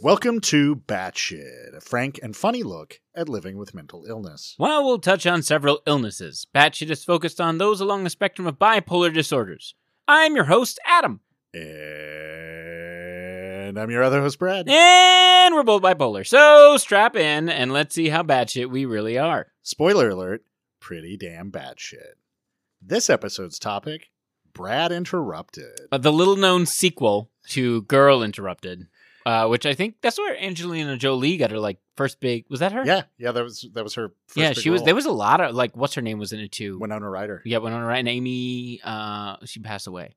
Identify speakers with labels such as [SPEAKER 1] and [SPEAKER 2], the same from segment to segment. [SPEAKER 1] Welcome to Batshit, a frank and funny look at living with mental illness.
[SPEAKER 2] While we'll touch on several illnesses, Batshit is focused on those along the spectrum of bipolar disorders. I'm your host, Adam,
[SPEAKER 1] And I'm your other host, Brad.
[SPEAKER 2] and we're both bipolar, so strap in and let's see how batshit we really are.
[SPEAKER 1] Spoiler alert, pretty damn batshit. This episode's topic Brad interrupted.
[SPEAKER 2] Uh, the little known sequel to Girl Interrupted, uh, which I think that's where Angelina Jolie got her like first big. Was that her?
[SPEAKER 1] Yeah, yeah, that was that was her first
[SPEAKER 2] yeah.
[SPEAKER 1] big
[SPEAKER 2] She was.
[SPEAKER 1] role.
[SPEAKER 2] There was a lot of like, what's her name was in it too?
[SPEAKER 1] Winona Ryder.
[SPEAKER 2] yeah, Winona Ryder and Amy. Uh, she passed away.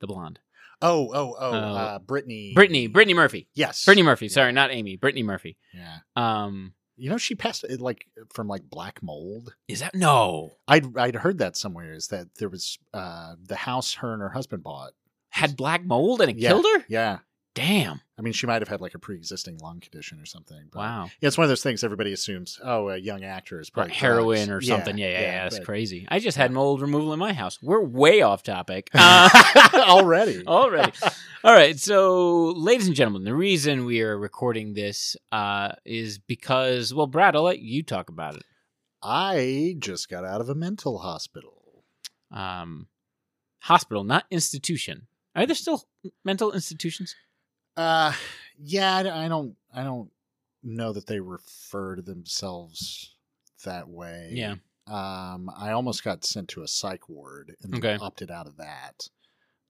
[SPEAKER 2] The blonde,
[SPEAKER 1] Oh, oh, oh,
[SPEAKER 2] Oh.
[SPEAKER 1] uh, Brittany.
[SPEAKER 2] Brittany, Brittany Murphy,
[SPEAKER 1] Yes.
[SPEAKER 2] Brittany Murphy.
[SPEAKER 1] Yeah.
[SPEAKER 2] Sorry, not Amy. Brittany Murphy.
[SPEAKER 1] Yeah.
[SPEAKER 2] Um,
[SPEAKER 1] You know, she passed it like from like black mold.
[SPEAKER 2] is that no?
[SPEAKER 1] I'd I'd heard that somewhere is that there was uh the house her and her husband bought.
[SPEAKER 2] Had black mold and it
[SPEAKER 1] Yeah.
[SPEAKER 2] killed her.
[SPEAKER 1] Yeah.
[SPEAKER 2] Damn.
[SPEAKER 1] I mean, she might have had like a pre-existing lung condition or something. But
[SPEAKER 2] Wow.
[SPEAKER 1] Yeah, it's one of those things everybody assumes. Oh, a young actor is
[SPEAKER 2] Like
[SPEAKER 1] probably
[SPEAKER 2] heroin
[SPEAKER 1] drugs.
[SPEAKER 2] or something. Yeah, yeah, yeah. that's
[SPEAKER 1] but-
[SPEAKER 2] crazy. I just
[SPEAKER 1] yeah.
[SPEAKER 2] had mold removal in my house. We're way off topic. Uh,
[SPEAKER 1] Already.
[SPEAKER 2] already. All right. So, ladies and gentlemen, the reason we are recording this uh, is because, well, Brad, I'll let you talk about it.
[SPEAKER 1] I just got out of a mental hospital.
[SPEAKER 2] Um, hospital, not institution. Are there still mental institutions?
[SPEAKER 1] Uh, yeah, I I don't, I don't know that they refer to themselves that way.
[SPEAKER 2] Yeah.
[SPEAKER 1] Um, I almost got sent to a psych ward and then
[SPEAKER 2] Okay.
[SPEAKER 1] opted out of that.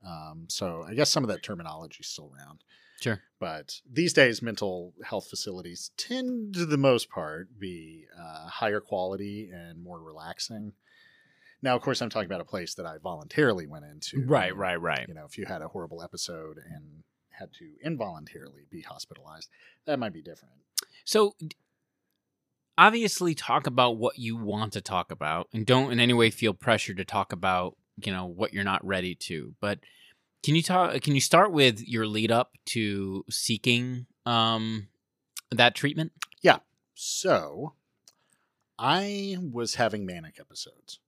[SPEAKER 1] Um, so I guess some of that terminology is still around.
[SPEAKER 2] Sure.
[SPEAKER 1] But these days, mental health facilities tend to the most part be uh, higher quality and more relaxing. Now, of course, I'm talking about a place that I voluntarily went into.
[SPEAKER 2] Right, right, right.
[SPEAKER 1] You know, if you had a horrible episode and had to involuntarily be hospitalized, that might be different.
[SPEAKER 2] So, d- obviously, talk about what you want to talk about, and don't in any way feel pressure to talk about you know what you're not ready to. But can you talk? Can you start with your lead up to seeking um that treatment?
[SPEAKER 1] So, I was having manic episodes,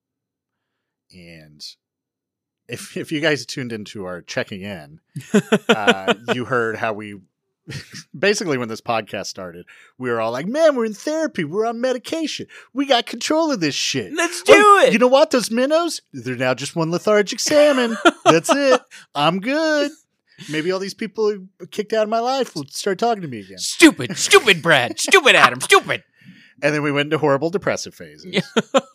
[SPEAKER 1] and if if you guys tuned into our checking in, uh, you heard how we basically when this podcast started, we were all like, "Man, we're in therapy. We're on medication. We got control of this shit."
[SPEAKER 2] Let's do
[SPEAKER 1] Oh,
[SPEAKER 2] it.
[SPEAKER 1] You know what? Those minnows, they're now just one lethargic salmon. That's it. I'm good. Maybe all these people who were kicked out of my life will start talking to me again.
[SPEAKER 2] stupid, stupid Brad, stupid Adam, stupid.
[SPEAKER 1] And then we went into horrible depressive phases.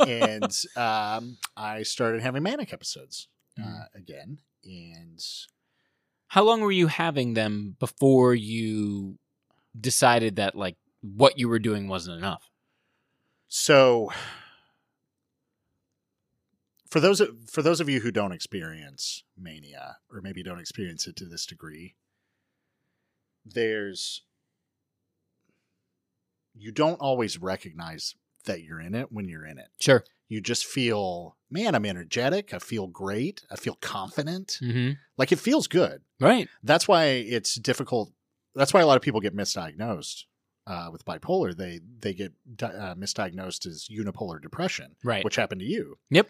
[SPEAKER 1] and um, I started having manic episodes uh, again. And
[SPEAKER 2] How long were you having them before you decided that like what you were doing wasn't enough?
[SPEAKER 1] So for those for those of you who don't experience mania or maybe don't experience it to this degree, there's you don't always recognize that you're in it when you're in it.
[SPEAKER 2] Sure.
[SPEAKER 1] You just feel, man, I'm energetic, I feel great, I feel confident.
[SPEAKER 2] hmm
[SPEAKER 1] Like it feels good.
[SPEAKER 2] Right.
[SPEAKER 1] That's why it's difficult. That's why a lot of people get misdiagnosed uh, with bipolar. They they get di- uh, misdiagnosed as unipolar depression,
[SPEAKER 2] Right.
[SPEAKER 1] which happened to you.
[SPEAKER 2] Yep.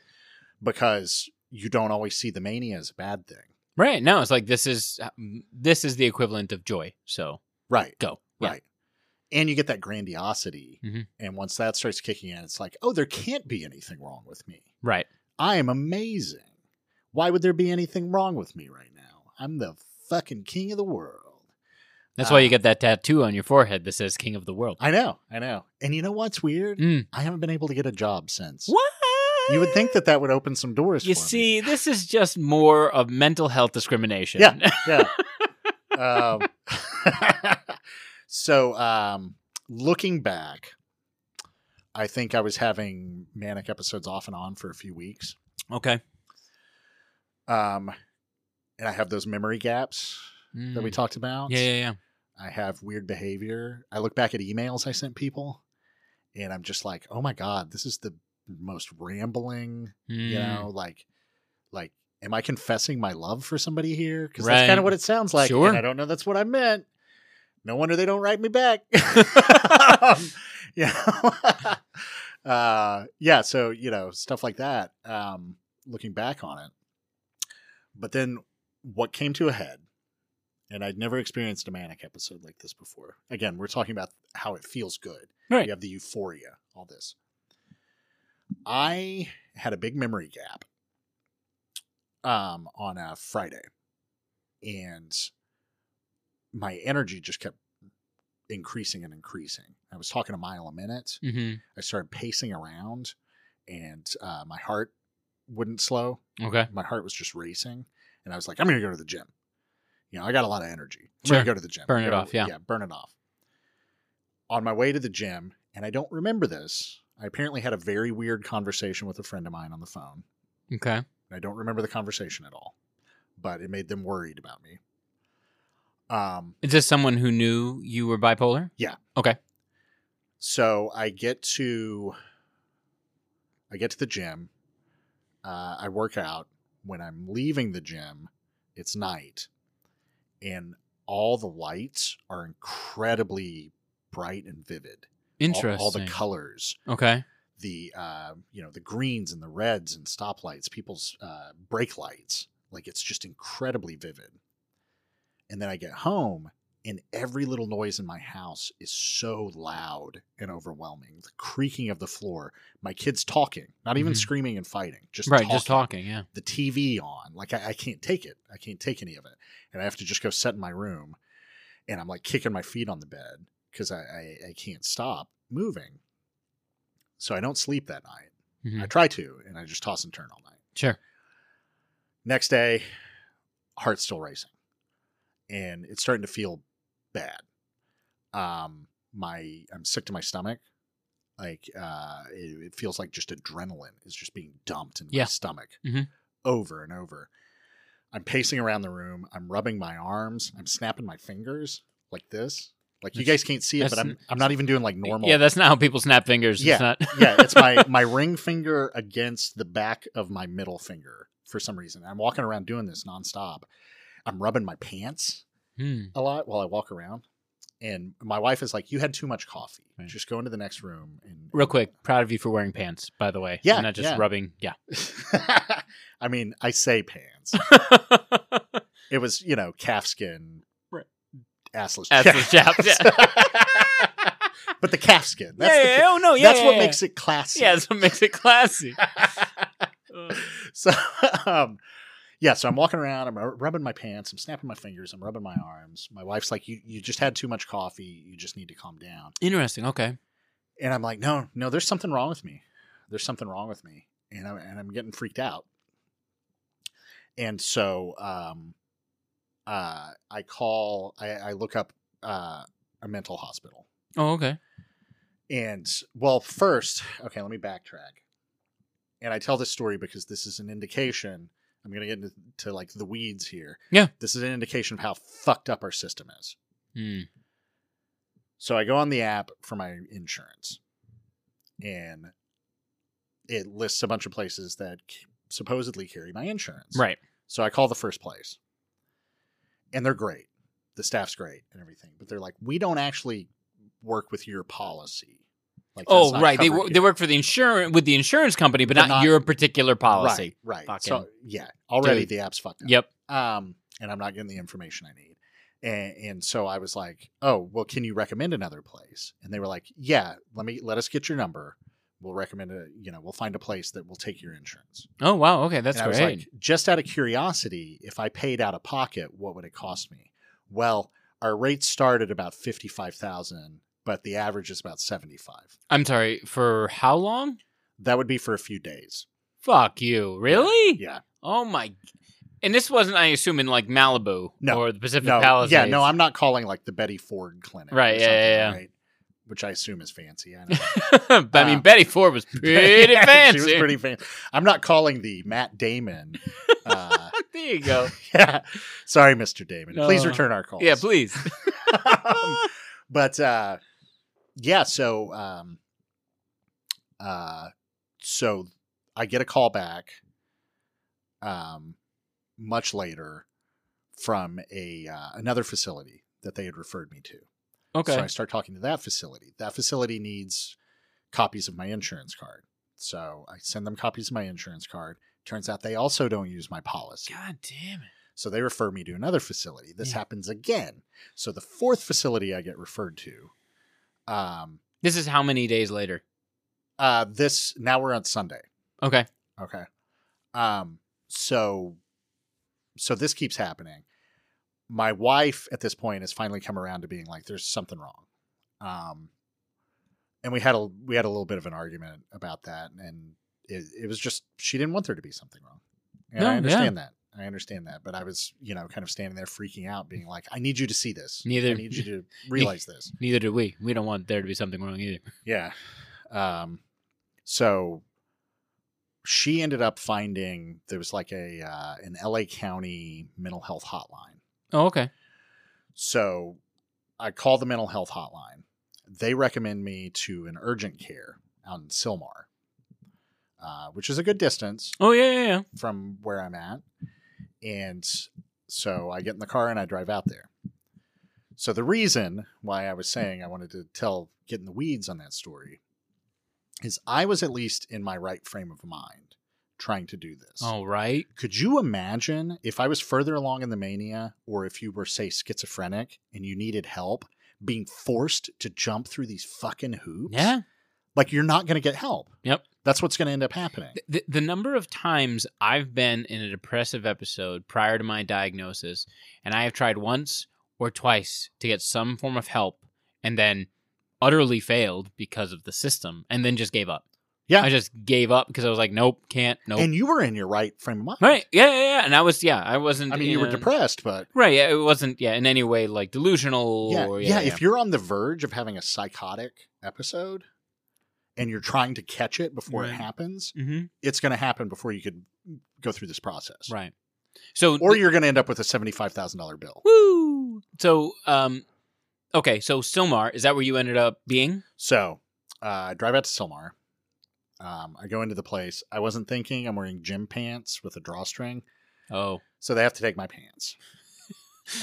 [SPEAKER 1] Because you don't always see the mania as a bad thing.
[SPEAKER 2] Right. No, it's like this is uh, this is the equivalent of joy. So
[SPEAKER 1] Right.
[SPEAKER 2] go. Yeah.
[SPEAKER 1] Right. And you get that grandiosity,
[SPEAKER 2] Mhm.
[SPEAKER 1] and once that starts kicking in, it's like, oh, there can't be anything wrong with me.
[SPEAKER 2] Right.
[SPEAKER 1] I am amazing. Why would there be anything wrong with me right now? I'm the fucking king of the world.
[SPEAKER 2] That's why
[SPEAKER 1] Uh,
[SPEAKER 2] you get that tattoo on your forehead that says "King of the World."
[SPEAKER 1] I know, I know. And you know what's weird?
[SPEAKER 2] Mm.
[SPEAKER 1] I haven't been able to get a job since.
[SPEAKER 2] What?
[SPEAKER 1] You would think that that would open some doors.
[SPEAKER 2] You
[SPEAKER 1] for me.
[SPEAKER 2] see, this is just more of mental health discrimination.
[SPEAKER 1] Yeah. yeah. um, so, um, looking back, I think I was having manic episodes off and on for a few weeks,
[SPEAKER 2] okay.
[SPEAKER 1] um, and I have those memory gaps that we
[SPEAKER 2] Mm.
[SPEAKER 1] talked about.
[SPEAKER 2] Yeah, yeah, yeah.
[SPEAKER 1] I have weird behavior. I look back at emails I sent people, and I'm just like, oh my god, this is the most rambling you
[SPEAKER 2] Mm.
[SPEAKER 1] know like like am i confessing my love for somebody here because
[SPEAKER 2] Right.
[SPEAKER 1] that's kind of what it sounds like
[SPEAKER 2] Sure.
[SPEAKER 1] and i don't know that's what i meant no wonder they don't write me back um, you know? uh, yeah so you know stuff like that um, looking back on it but then what came to a head and I'd never experienced a manic episode like this before. Again, we're talking about how it feels good.
[SPEAKER 2] Right.
[SPEAKER 1] You have the euphoria, all this. I had a big memory gap um, on a Friday, and my energy just kept increasing and increasing. I was talking a mile a minute.
[SPEAKER 2] Mm-hmm.
[SPEAKER 1] I started pacing around, and uh, my heart wouldn't slow
[SPEAKER 2] Okay.
[SPEAKER 1] my heart was just racing and i was like i'm gonna go to the gym you know i got a lot of energy i'm
[SPEAKER 2] Sure.
[SPEAKER 1] gonna go to the gym
[SPEAKER 2] Burn it
[SPEAKER 1] Go-
[SPEAKER 2] off, yeah.
[SPEAKER 1] yeah burn it off on my way to the gym and i don't remember this i apparently had a very weird conversation with a friend of mine on the phone
[SPEAKER 2] Okay.
[SPEAKER 1] and i don't remember the conversation at all but it made them worried about me um
[SPEAKER 2] Is this someone who knew you were bipolar?
[SPEAKER 1] so i get to i get to the gym uh, i work out when i'm leaving the gym it's night and all the lights are incredibly bright and vivid All-
[SPEAKER 2] Interesting.
[SPEAKER 1] all, the colors
[SPEAKER 2] okay.
[SPEAKER 1] the uh, you know the greens and the reds and stoplights people's uh, brake lights like it's just incredibly vivid and then i get home and every little noise in my house is so loud and overwhelming the creaking of the floor my kids talking not even
[SPEAKER 2] Mhm.
[SPEAKER 1] screaming and fighting just
[SPEAKER 2] right.
[SPEAKER 1] talking
[SPEAKER 2] Just talking. Yeah.
[SPEAKER 1] the TV on. Like I, I can't take it. I can't take any of it. And I have to just go sit in my room and I'm like kicking my feet on the bed because I, I, I can't stop moving. So I don't sleep that night.
[SPEAKER 2] Mhm.
[SPEAKER 1] I try to, and I just toss and turn all night.
[SPEAKER 2] Sure.
[SPEAKER 1] Next day, heart's still racing. And it's starting to feel bad. Um, my I'm sick to my stomach. Like uh it, it feels like just adrenaline is just being dumped in
[SPEAKER 2] Yeah.
[SPEAKER 1] my stomach
[SPEAKER 2] Mhm.
[SPEAKER 1] over and over. I'm pacing around the room, I'm rubbing my arms, I'm snapping my fingers like this. Like you
[SPEAKER 2] That's-
[SPEAKER 1] guys can't see it, but
[SPEAKER 2] that's-
[SPEAKER 1] I'm I'm not even doing like normal
[SPEAKER 2] Yeah, that's not how people snap fingers.
[SPEAKER 1] Yeah.
[SPEAKER 2] It's not.
[SPEAKER 1] yeah, it's my my ring finger against the back of my middle finger for some reason. I'm walking around doing this nonstop. I'm rubbing my pants
[SPEAKER 2] Hmm.
[SPEAKER 1] a lot while I walk around, and my wife is like, "You had too much coffee.
[SPEAKER 2] Right.
[SPEAKER 1] Just go into the next room." And
[SPEAKER 2] Real quick, proud of you for wearing pants, by the way.
[SPEAKER 1] Yeah,
[SPEAKER 2] And not just
[SPEAKER 1] yeah.
[SPEAKER 2] rubbing. Yeah.
[SPEAKER 1] I mean, I say pants. it was you know calfskin,
[SPEAKER 2] Right.
[SPEAKER 1] assless,
[SPEAKER 2] Assless chaps,
[SPEAKER 1] but the calfskin. That's
[SPEAKER 2] yeah,
[SPEAKER 1] the,
[SPEAKER 2] yeah, oh no, yeah.
[SPEAKER 1] that's
[SPEAKER 2] yeah,
[SPEAKER 1] what
[SPEAKER 2] yeah.
[SPEAKER 1] makes it classy.
[SPEAKER 2] Yeah, that's what makes it classy.
[SPEAKER 1] so um yeah so i'm walking around i'm rubbing my pants i'm snapping my fingers i'm rubbing my arms my wife's like you you just had too much coffee you just need to calm down
[SPEAKER 2] Interesting. Okay.
[SPEAKER 1] and i'm like no no there's something wrong with me there's something wrong with me and i'm, and I'm getting freaked out and so um uh i call i, I look up uh a mental hospital
[SPEAKER 2] Oh, okay.
[SPEAKER 1] and well, first, okay, let me backtrack. And I tell this story because this is an indication. I'm going to get into to, like the weeds here.
[SPEAKER 2] Yeah.
[SPEAKER 1] This is an indication of how fucked up our system is.
[SPEAKER 2] Hmm.
[SPEAKER 1] So I go on the app for my insurance and it lists a bunch of places that c- supposedly carry my insurance.
[SPEAKER 2] Right.
[SPEAKER 1] So I call the first place. And they're great. The staff's great and everything. But they're like, we don't actually work with your policy. Like, that's
[SPEAKER 2] Oh,
[SPEAKER 1] not
[SPEAKER 2] right. They
[SPEAKER 1] covered
[SPEAKER 2] wo-
[SPEAKER 1] here.
[SPEAKER 2] they work for the insurance with the insurance company, but
[SPEAKER 1] But
[SPEAKER 2] not,
[SPEAKER 1] not-
[SPEAKER 2] your particular policy.
[SPEAKER 1] Right. right.
[SPEAKER 2] Fucking
[SPEAKER 1] So yeah, already
[SPEAKER 2] dude.
[SPEAKER 1] the app's fucked up.
[SPEAKER 2] Yep.
[SPEAKER 1] Um, and I'm not getting the information I need. And, and so I was like, oh, well, can you recommend another place? And they were like, yeah, let me let us get your number. We'll recommend a, you know, we'll find a place that will take your insurance.
[SPEAKER 2] Oh wow. Okay, that's
[SPEAKER 1] and I was
[SPEAKER 2] great.
[SPEAKER 1] like, just out of curiosity, if I paid out of pocket, what would it cost me? Well, our rates start at about fifty five thousand, but the average is about seventy five.
[SPEAKER 2] I'm sorry for how long?
[SPEAKER 1] That would be for a few days.
[SPEAKER 2] Fuck you. Really?
[SPEAKER 1] Yeah.
[SPEAKER 2] Oh my. And this wasn't, I assume, in like Malibu
[SPEAKER 1] No.
[SPEAKER 2] or the Pacific
[SPEAKER 1] no,
[SPEAKER 2] Palisades.
[SPEAKER 1] Yeah, no, I'm not calling like the Betty Ford Clinic, or
[SPEAKER 2] Right, yeah, yeah,
[SPEAKER 1] something,
[SPEAKER 2] yeah.
[SPEAKER 1] right? Which I assume is fancy. I don't know.
[SPEAKER 2] but, I mean,
[SPEAKER 1] Uh,
[SPEAKER 2] Betty Ford was pretty
[SPEAKER 1] Yeah,
[SPEAKER 2] fancy.
[SPEAKER 1] She was pretty fancy. I'm not calling the Matt Damon. Uh,
[SPEAKER 2] there you go.
[SPEAKER 1] yeah, sorry, Mr. Damon. Please
[SPEAKER 2] No.
[SPEAKER 1] return our calls.
[SPEAKER 2] Yeah, please.
[SPEAKER 1] Um, but uh, yeah, so um, uh, so I get a call back, um, much later, from a uh, another facility that they had referred me to.
[SPEAKER 2] Okay.
[SPEAKER 1] So I start talking to that facility. That facility needs copies of my insurance card. So I send them copies of my insurance card. Turns out they also don't use my policy.
[SPEAKER 2] God damn it.
[SPEAKER 1] So they refer me to another facility. This
[SPEAKER 2] Yeah.
[SPEAKER 1] happens again. So the fourth facility I get referred to, um,
[SPEAKER 2] This is how many days later?
[SPEAKER 1] uh, this now we're on Sunday.
[SPEAKER 2] Okay.
[SPEAKER 1] Okay. Um so so this keeps happening. My wife at this point has finally come around to being like there's something wrong. Um and we had a we had a little bit of an argument about that and it, it was just she didn't want there to be something wrong. And
[SPEAKER 2] No,
[SPEAKER 1] I
[SPEAKER 2] yeah.
[SPEAKER 1] understand that. I understand that, but I was, you know, kind of standing there freaking out being like I need you to see this. I
[SPEAKER 2] Neither-
[SPEAKER 1] need you to realize this.
[SPEAKER 2] Neither do we. We don't want there to be something wrong either.
[SPEAKER 1] Yeah. Um, so she ended up finding there was like a uh, an LA County mental health hotline.
[SPEAKER 2] Oh, okay.
[SPEAKER 1] So I call the mental health hotline. They recommend me to an urgent care out in Silmar, uh, which is a good distance
[SPEAKER 2] Oh yeah, yeah, yeah.
[SPEAKER 1] from where I'm at. And so I get in the car and I drive out there. So the reason why I was saying I wanted to tell get in the weeds on that story is I was at least in my right frame of mind trying to do this.
[SPEAKER 2] All right.
[SPEAKER 1] Could you imagine if I was further along in the mania or if you were say schizophrenic and you needed help being forced to jump through these fucking hoops?
[SPEAKER 2] Yeah.
[SPEAKER 1] Like you're not going to get help.
[SPEAKER 2] Yep.
[SPEAKER 1] That's what's going to end up happening.
[SPEAKER 2] The, the number of times I've been in a depressive episode prior to my diagnosis, and I have tried once or twice to get some form of help, and then utterly failed because of the system, and then just gave up.
[SPEAKER 1] Yeah.
[SPEAKER 2] I just gave up because I was like, nope, can't, nope.
[SPEAKER 1] And you were in your right frame of mind.
[SPEAKER 2] right? Yeah, yeah, yeah. And I was, yeah, I wasn't.
[SPEAKER 1] I mean,
[SPEAKER 2] in
[SPEAKER 1] you were
[SPEAKER 2] a-
[SPEAKER 1] depressed, but
[SPEAKER 2] Right. Yeah, it wasn't. Yeah, in any way like delusional.
[SPEAKER 1] yeah,
[SPEAKER 2] or,
[SPEAKER 1] yeah, If you're on the verge of having a psychotic episode and you're trying to catch it before it
[SPEAKER 2] Right.
[SPEAKER 1] happens,
[SPEAKER 2] mm-hmm.
[SPEAKER 1] it's going to happen before you could go through this process.
[SPEAKER 2] right. So
[SPEAKER 1] Or you're going to end up with a seventy-five thousand dollar bill.
[SPEAKER 2] Woo! So, um, okay, so Silmar, is that where you ended up being?
[SPEAKER 1] So uh, I drive out to Silmar. Um, I go into the place. I wasn't thinking. I'm wearing gym pants with a drawstring,
[SPEAKER 2] Oh,
[SPEAKER 1] so they have to take my pants.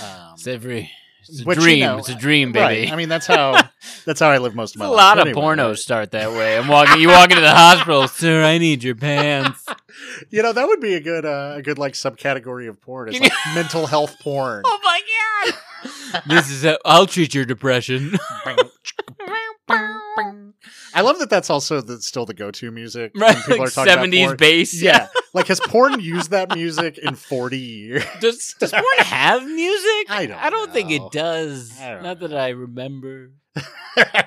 [SPEAKER 1] Um,
[SPEAKER 2] it's every. It's a
[SPEAKER 1] which, you
[SPEAKER 2] dream.
[SPEAKER 1] know,
[SPEAKER 2] it's a dream, baby.
[SPEAKER 1] Right. I mean, that's how that's how I live most of my
[SPEAKER 2] a
[SPEAKER 1] life.
[SPEAKER 2] lot of
[SPEAKER 1] anyway,
[SPEAKER 2] pornos
[SPEAKER 1] right?
[SPEAKER 2] start that way. I'm walking. You walk into the hospital, sir. I need your pants.
[SPEAKER 1] You know, that would be a good uh, a good like subcategory of porn. It's like mental health porn.
[SPEAKER 2] oh my god! this is. i I'll treat your depression.
[SPEAKER 1] I love that that's also the, still the go-to music when
[SPEAKER 2] right,
[SPEAKER 1] people
[SPEAKER 2] like
[SPEAKER 1] are talking about
[SPEAKER 2] seventies
[SPEAKER 1] porn.
[SPEAKER 2] bass.
[SPEAKER 1] Yeah. like has porn used that music in 40 years?
[SPEAKER 2] Does does porn have music?
[SPEAKER 1] I don't
[SPEAKER 2] I don't think
[SPEAKER 1] know.
[SPEAKER 2] it does.
[SPEAKER 1] I don't
[SPEAKER 2] Not
[SPEAKER 1] know.
[SPEAKER 2] that I remember.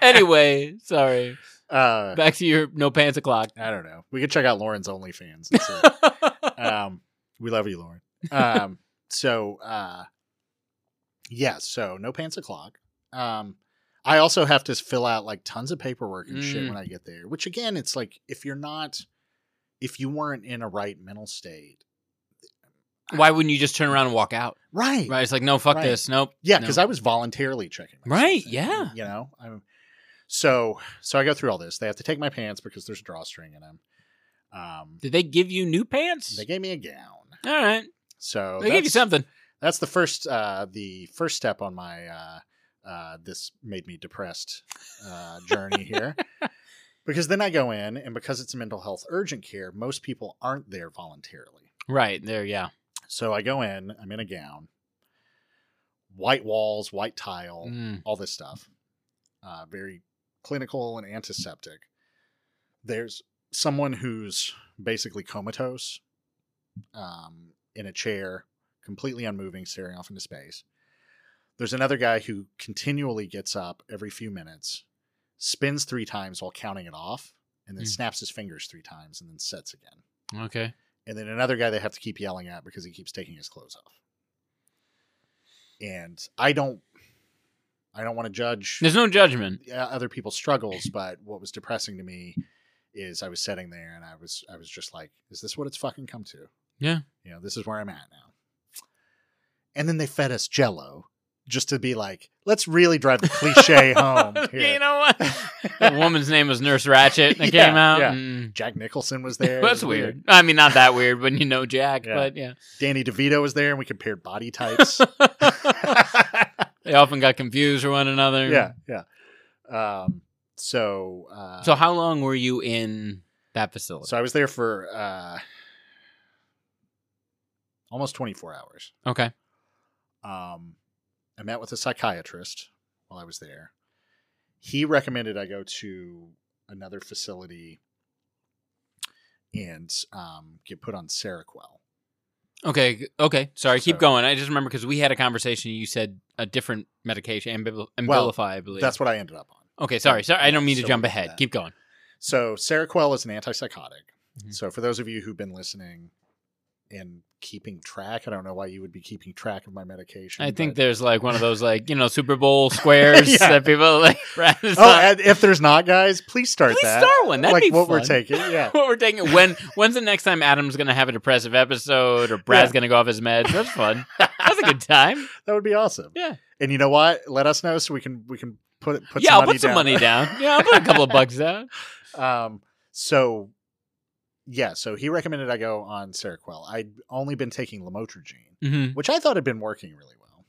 [SPEAKER 2] anyway, sorry.
[SPEAKER 1] Uh,
[SPEAKER 2] Back to your no pants o'clock.
[SPEAKER 1] I don't know. We could check out Lauren's OnlyFans. and see. um, we love you, Lauren. Um, so, uh, yeah, so no pants o'clock. Um, I also have to fill out like tons of paperwork and shit
[SPEAKER 2] Mm.
[SPEAKER 1] when I get there, which again, it's like if you're not, if you weren't in a right mental state,
[SPEAKER 2] Why wouldn't you just turn around and walk out?
[SPEAKER 1] right?
[SPEAKER 2] Right? It's like, no, fuck
[SPEAKER 1] Right.
[SPEAKER 2] this. Nope.
[SPEAKER 1] Yeah,
[SPEAKER 2] No.
[SPEAKER 1] because I was voluntarily checking.
[SPEAKER 2] Right,
[SPEAKER 1] in,
[SPEAKER 2] yeah.
[SPEAKER 1] You know, I'm so so. I go through all this. They have to take my pants because there's a drawstring in them. Um,
[SPEAKER 2] Did they give you new pants?
[SPEAKER 1] they gave me a gown.
[SPEAKER 2] All right.
[SPEAKER 1] So
[SPEAKER 2] they gave you
[SPEAKER 1] that's-
[SPEAKER 2] something.
[SPEAKER 1] That's the first uh, the first step on my uh, uh, this made me depressed uh, journey here. Because then I go in, and because it's mental health urgent care, most people aren't there voluntarily.
[SPEAKER 2] Right. There, yeah.
[SPEAKER 1] So I go in, I'm in a gown, white walls, white tile,
[SPEAKER 2] Mm.
[SPEAKER 1] all this stuff, uh, very clinical and antiseptic. There's someone who's basically comatose um, in a chair, completely unmoving, staring off into space. There's another guy who continually gets up every few minutes, spins three times while counting it off, and then
[SPEAKER 2] Mm.
[SPEAKER 1] snaps his fingers three times and then sets again
[SPEAKER 2] Okay.
[SPEAKER 1] and then another guy they have to keep yelling at because he keeps taking his clothes off. And I don't, I don't want to judge
[SPEAKER 2] There's no judgment.
[SPEAKER 1] uh, other people's struggles, but what was depressing to me is I was sitting there and I was, I was just like, is this what it's fucking come to?
[SPEAKER 2] Yeah.
[SPEAKER 1] you know, this is where I'm at now. And then they fed us Jello just to be like, let's really drive the cliche home.
[SPEAKER 2] you
[SPEAKER 1] Oh, Here.
[SPEAKER 2] know what? that woman's name was Nurse Ratchet that
[SPEAKER 1] Yeah,
[SPEAKER 2] came out.
[SPEAKER 1] yeah.
[SPEAKER 2] Mm.
[SPEAKER 1] Jack Nicholson was there. It
[SPEAKER 2] That's
[SPEAKER 1] was
[SPEAKER 2] weird. I mean, not that weird when you know Jack,
[SPEAKER 1] Yeah.
[SPEAKER 2] but yeah.
[SPEAKER 1] Danny DeVito was there, and we compared body types.
[SPEAKER 2] they often got confused for one another.
[SPEAKER 1] yeah, yeah. Um, so, uh,
[SPEAKER 2] So, how long were you in that facility?
[SPEAKER 1] so I was there for uh, almost 24 hours.
[SPEAKER 2] Okay.
[SPEAKER 1] Um, I met with a psychiatrist while I was there. He recommended I go to another facility and um, get put on Seroquel.
[SPEAKER 2] Okay. g- Okay. Sorry.
[SPEAKER 1] So-
[SPEAKER 2] keep going. I just remember because we had a conversation. You said a different medication, Ambil- Ambilify,
[SPEAKER 1] Well,
[SPEAKER 2] I believe.
[SPEAKER 1] That's what I ended up on.
[SPEAKER 2] okay. Sorry. Sorry. I don't mean to
[SPEAKER 1] So
[SPEAKER 2] jump
[SPEAKER 1] we did
[SPEAKER 2] ahead.
[SPEAKER 1] that.
[SPEAKER 2] Keep going.
[SPEAKER 1] So Seroquel is an antipsychotic.
[SPEAKER 2] Mhm.
[SPEAKER 1] So for those of you who've been listening and keeping track, I don't know why you would be keeping track of my medication.
[SPEAKER 2] I think
[SPEAKER 1] but-
[SPEAKER 2] there's like one of those like you know Super Bowl squares
[SPEAKER 1] Yeah.
[SPEAKER 2] that people like. Right? It's
[SPEAKER 1] Oh,
[SPEAKER 2] like,
[SPEAKER 1] and if there's not, guys, please start
[SPEAKER 2] please
[SPEAKER 1] that.
[SPEAKER 2] start one. That'd
[SPEAKER 1] like
[SPEAKER 2] be
[SPEAKER 1] what we're
[SPEAKER 2] fun.
[SPEAKER 1] taking. Yeah.
[SPEAKER 2] what we're taking when when's the next time Adam's gonna have a depressive episode or Brad's
[SPEAKER 1] Yeah.
[SPEAKER 2] gonna go off his meds? That's fun. That's a good time.
[SPEAKER 1] That would be awesome.
[SPEAKER 2] Yeah.
[SPEAKER 1] And you know what? Let us know so we can we can put put
[SPEAKER 2] yeah,
[SPEAKER 1] some
[SPEAKER 2] I'll
[SPEAKER 1] money
[SPEAKER 2] put some
[SPEAKER 1] down.
[SPEAKER 2] money down. Yeah, I'll put a couple of bucks down.
[SPEAKER 1] Um. So. Yeah, so he recommended I go on Seroquel. I'd only been taking lamotrigine,
[SPEAKER 2] hmm
[SPEAKER 1] which I thought had been working really well.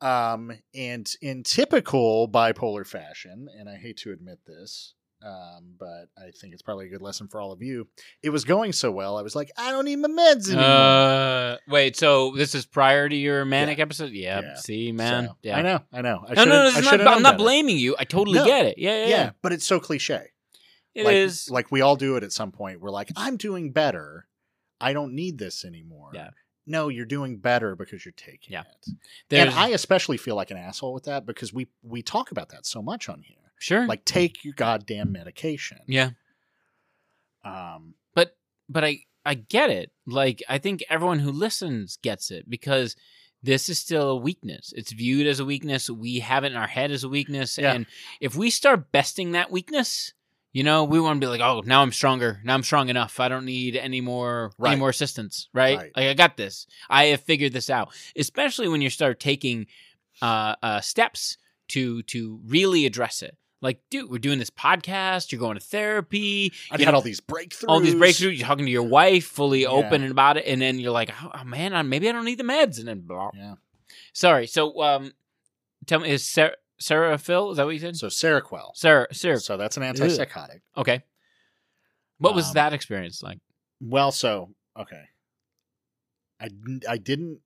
[SPEAKER 1] Um, and in typical bipolar fashion, and I hate to admit this, um, but I think it's probably a good lesson for all of you. It was going so well, I was like, I don't need my meds anymore.
[SPEAKER 2] Uh, wait. So this is prior to your manic
[SPEAKER 1] Yeah.
[SPEAKER 2] episode? Yeah.
[SPEAKER 1] Yeah.
[SPEAKER 2] See, man.
[SPEAKER 1] So,
[SPEAKER 2] yeah.
[SPEAKER 1] I know, I know. I
[SPEAKER 2] no, no, no.
[SPEAKER 1] should've-
[SPEAKER 2] This
[SPEAKER 1] I
[SPEAKER 2] is not,
[SPEAKER 1] should've
[SPEAKER 2] I'm
[SPEAKER 1] known
[SPEAKER 2] not
[SPEAKER 1] better.
[SPEAKER 2] blaming you. I totally
[SPEAKER 1] No.
[SPEAKER 2] get it. Yeah, yeah,
[SPEAKER 1] Yeah.
[SPEAKER 2] yeah.
[SPEAKER 1] but it's so cliche.
[SPEAKER 2] It is.
[SPEAKER 1] like, like we all do it at some point. We're like, I'm doing better. I don't need this anymore.
[SPEAKER 2] Yeah.
[SPEAKER 1] No, you're doing better because you're taking
[SPEAKER 2] Yeah.
[SPEAKER 1] it.
[SPEAKER 2] There's,
[SPEAKER 1] And I especially feel like an asshole with that because we we talk about that so much on here.
[SPEAKER 2] sure.
[SPEAKER 1] Like, take your goddamn medication.
[SPEAKER 2] Mm. yeah.
[SPEAKER 1] Um.
[SPEAKER 2] but but I I get it. Like I think everyone who listens gets it because this is still a weakness. It's viewed as a weakness. We have it in our head as a weakness,
[SPEAKER 1] Yeah.
[SPEAKER 2] and if we start besting that weakness, you know, we want to be like, oh, now I'm stronger. Now I'm strong enough. I don't need any more
[SPEAKER 1] Right.
[SPEAKER 2] any more assistance. Right?
[SPEAKER 1] Right.
[SPEAKER 2] Like I got this. I have figured this out. Especially when you start taking uh, uh, steps to to really address it. Like, dude, we're doing this podcast. You're going to therapy
[SPEAKER 1] I've
[SPEAKER 2] You
[SPEAKER 1] had
[SPEAKER 2] know-
[SPEAKER 1] all these breakthroughs.
[SPEAKER 2] all these breakthroughs. You're talking to your wife, fully
[SPEAKER 1] Yeah.
[SPEAKER 2] open about it, and then you're like, "Oh oh, man, I, maybe I don't need the meds." And then blah.
[SPEAKER 1] Yeah.
[SPEAKER 2] Sorry. So, um, tell me, is Sarah, Sarah Phil? Is that what you said?
[SPEAKER 1] So Seroquel.
[SPEAKER 2] Sarah, Sarah.
[SPEAKER 1] So that's an antipsychotic.
[SPEAKER 2] Okay. What was
[SPEAKER 1] Um,
[SPEAKER 2] that experience like?
[SPEAKER 1] Well, so okay. I didn't- I didn't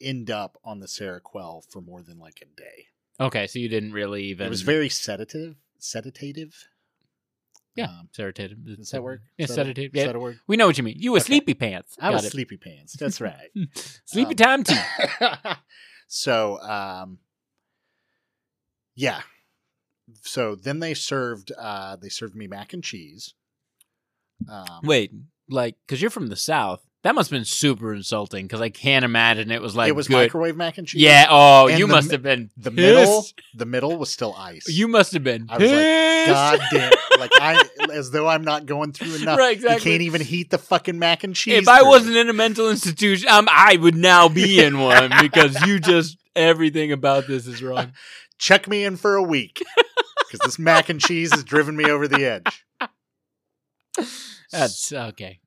[SPEAKER 1] end up on the Seroquel for more than like a day.
[SPEAKER 2] Okay, so you didn't really even.
[SPEAKER 1] It was very sedative. Sedative.
[SPEAKER 2] Yeah.
[SPEAKER 1] Um,
[SPEAKER 2] sedative.
[SPEAKER 1] does that work?
[SPEAKER 2] Yeah,
[SPEAKER 1] Is that a-
[SPEAKER 2] sedative.
[SPEAKER 1] Is
[SPEAKER 2] Yeah.
[SPEAKER 1] that a word?
[SPEAKER 2] We know what you mean. You were
[SPEAKER 1] Okay.
[SPEAKER 2] sleepy pants.
[SPEAKER 1] I
[SPEAKER 2] Got
[SPEAKER 1] was
[SPEAKER 2] it.
[SPEAKER 1] sleepy pants. That's right.
[SPEAKER 2] sleepy
[SPEAKER 1] um,
[SPEAKER 2] time tea.
[SPEAKER 1] so, um, yeah. So then they served uh, they served me mac and cheese. Um,
[SPEAKER 2] Wait, like, because you're from the south. That must have been super insulting because I can't imagine it was like
[SPEAKER 1] it was
[SPEAKER 2] good.
[SPEAKER 1] microwave mac and cheese.
[SPEAKER 2] Yeah. Oh,
[SPEAKER 1] And
[SPEAKER 2] you
[SPEAKER 1] the
[SPEAKER 2] must
[SPEAKER 1] mi-
[SPEAKER 2] have been
[SPEAKER 1] The
[SPEAKER 2] pissed.
[SPEAKER 1] middle, the middle was still ice.
[SPEAKER 2] You must have been
[SPEAKER 1] I was like,
[SPEAKER 2] pissed.
[SPEAKER 1] God damn! Like I, as though I'm not going through enough.
[SPEAKER 2] Right,
[SPEAKER 1] You
[SPEAKER 2] exactly.
[SPEAKER 1] can't even heat the fucking mac and cheese.
[SPEAKER 2] if I
[SPEAKER 1] through.
[SPEAKER 2] wasn't in a mental institution, um, I would now be in one because you just everything about this is wrong.
[SPEAKER 1] check me in for a week because this mac and cheese has driven me over the edge.
[SPEAKER 2] That's okay.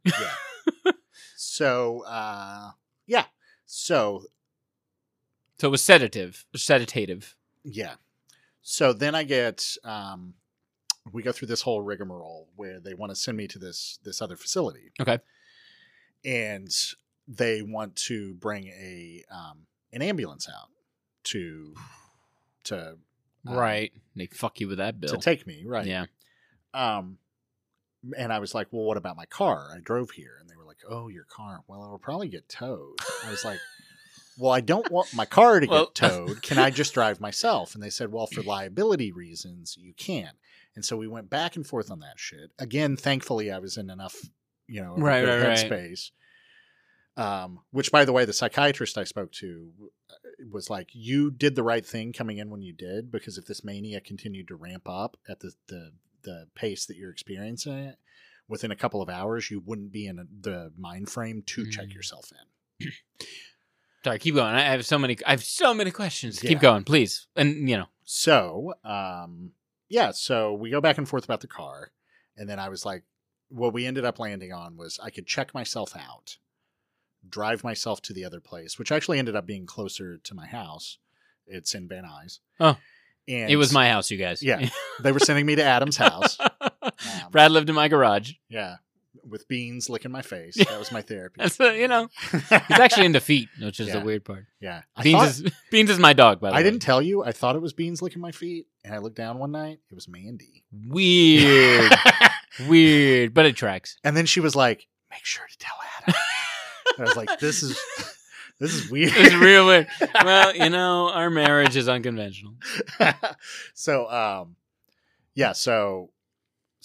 [SPEAKER 1] So, uh, yeah. So,
[SPEAKER 2] So it was sedative, sedative.
[SPEAKER 1] yeah. So then I get, um, we go through this whole rigmarole where they want to send me to this this other facility.
[SPEAKER 2] Okay.
[SPEAKER 1] And they want to bring a um, an ambulance out to to um,
[SPEAKER 2] right. They fuck you with that bill.
[SPEAKER 1] to take me right.
[SPEAKER 2] Yeah.
[SPEAKER 1] Um, and I was like, well, what about my car? I drove here. And they were like, oh, your car. Well, it'll probably get towed. I was like, well, I don't want my car to
[SPEAKER 2] Well-
[SPEAKER 1] get towed. Can I just drive myself? And they said, well, for liability reasons, you can. And so we went back and forth on that shit. Again, thankfully, I was in enough, you know, of a
[SPEAKER 2] Right,
[SPEAKER 1] good
[SPEAKER 2] right, right.
[SPEAKER 1] headspace. Um, which, by the way, the psychiatrist I spoke to uh, was like, "You did the right thing coming in when you did, because if this mania continued to ramp up at the the, the pace that you're experiencing it, within a couple of hours, you wouldn't be in the mind frame to check
[SPEAKER 2] Mm.
[SPEAKER 1] yourself in."
[SPEAKER 2] Sorry, keep going. I have so many. I have so many questions.
[SPEAKER 1] Yeah.
[SPEAKER 2] Keep going, please. And you know,
[SPEAKER 1] So, um, yeah, so we go back and forth about the car. And then I was like, what we ended up landing on was I could check myself out, drive myself to the other place, which actually ended up being closer to my house. It's in Van Nuys.
[SPEAKER 2] Oh.
[SPEAKER 1] And
[SPEAKER 2] it was my house, you guys.
[SPEAKER 1] Yeah. They were sending me to Adam's house. Um,
[SPEAKER 2] Brad lived in my garage.
[SPEAKER 1] yeah. with beans licking my face. That was my therapy.
[SPEAKER 2] That's, uh, you know, he's actually into feet, which is the
[SPEAKER 1] Yeah.
[SPEAKER 2] weird part.
[SPEAKER 1] yeah. I,
[SPEAKER 2] Beans
[SPEAKER 1] thought-
[SPEAKER 2] is Beans is my dog, by the
[SPEAKER 1] I
[SPEAKER 2] way.
[SPEAKER 1] didn't tell you. I thought it was beans licking my feet, and I looked down one night. It was Mandy.
[SPEAKER 2] Weird, weird, but it tracks.
[SPEAKER 1] and then she was like, "Make sure to tell Adam." And I was like, "This is this is weird."
[SPEAKER 2] It's real weird. Well, you know, our marriage is unconventional.
[SPEAKER 1] so um yeah so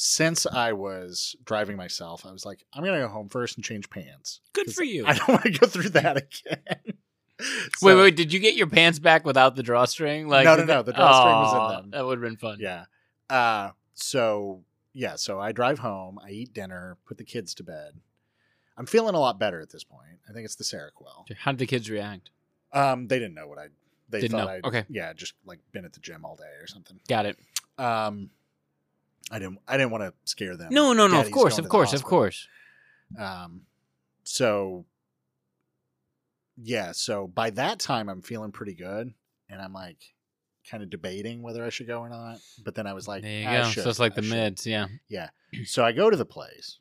[SPEAKER 1] since i was driving myself i was like i'm gonna go home first and change pants
[SPEAKER 2] Good for you.
[SPEAKER 1] i don't want to go through that again
[SPEAKER 2] wait,
[SPEAKER 1] So,
[SPEAKER 2] wait, did you get your pants back without the drawstring? Like,
[SPEAKER 1] No, no,
[SPEAKER 2] did
[SPEAKER 1] no,
[SPEAKER 2] that-
[SPEAKER 1] the drawstring was in
[SPEAKER 2] Aw,
[SPEAKER 1] them.
[SPEAKER 2] That would have been fun.
[SPEAKER 1] yeah uh so yeah so i drive home i eat dinner put the kids to bed i'm feeling a lot better at this point i think it's the seroquel
[SPEAKER 2] How did the kids react?
[SPEAKER 1] um they didn't know what i they
[SPEAKER 2] Didn't
[SPEAKER 1] thought i
[SPEAKER 2] know. Okay.
[SPEAKER 1] yeah just like been at the gym all day or something
[SPEAKER 2] Got it.
[SPEAKER 1] um i didn't i didn't want to scare them
[SPEAKER 2] No, no, no.
[SPEAKER 1] Yeah,
[SPEAKER 2] of
[SPEAKER 1] he's
[SPEAKER 2] course,
[SPEAKER 1] going to
[SPEAKER 2] of
[SPEAKER 1] the
[SPEAKER 2] course, of
[SPEAKER 1] hospital.
[SPEAKER 2] course.
[SPEAKER 1] Um, so yeah, so by that time I'm feeling pretty good, and I'm like kind of debating whether I should go or not. But then I was like,
[SPEAKER 2] there you
[SPEAKER 1] "I
[SPEAKER 2] go.
[SPEAKER 1] should,
[SPEAKER 2] so it's like
[SPEAKER 1] I
[SPEAKER 2] the
[SPEAKER 1] should."
[SPEAKER 2] mids. Yeah.
[SPEAKER 1] So I go to the place,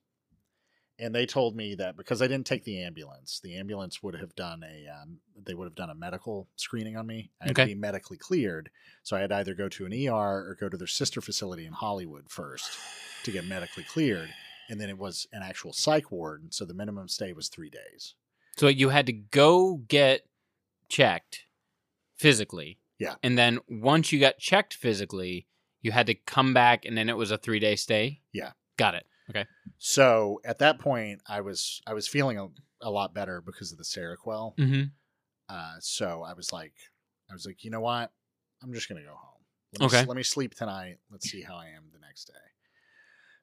[SPEAKER 1] and they told me that because I didn't take the ambulance, the ambulance would have done a um, they would have done a medical screening on me. I had
[SPEAKER 2] Okay.
[SPEAKER 1] to be medically cleared, so I had to either go to an ER or go to their sister facility in Hollywood first to get medically cleared. And then it was an actual psych ward, so the minimum stay was three days.
[SPEAKER 2] So you had to go get checked physically.
[SPEAKER 1] Yeah.
[SPEAKER 2] And then once you got checked physically, you had to come back, and then it was a three day stay.
[SPEAKER 1] Yeah.
[SPEAKER 2] Got it.
[SPEAKER 1] So at that point, I was I was feeling a, a lot better because of the Seroquel.
[SPEAKER 2] Mm-hmm.
[SPEAKER 1] Uh, so I was like, I was like, you know what? I'm just gonna go home. Let me,
[SPEAKER 2] Okay.
[SPEAKER 1] Let me sleep tonight. Let's see how I am the next day.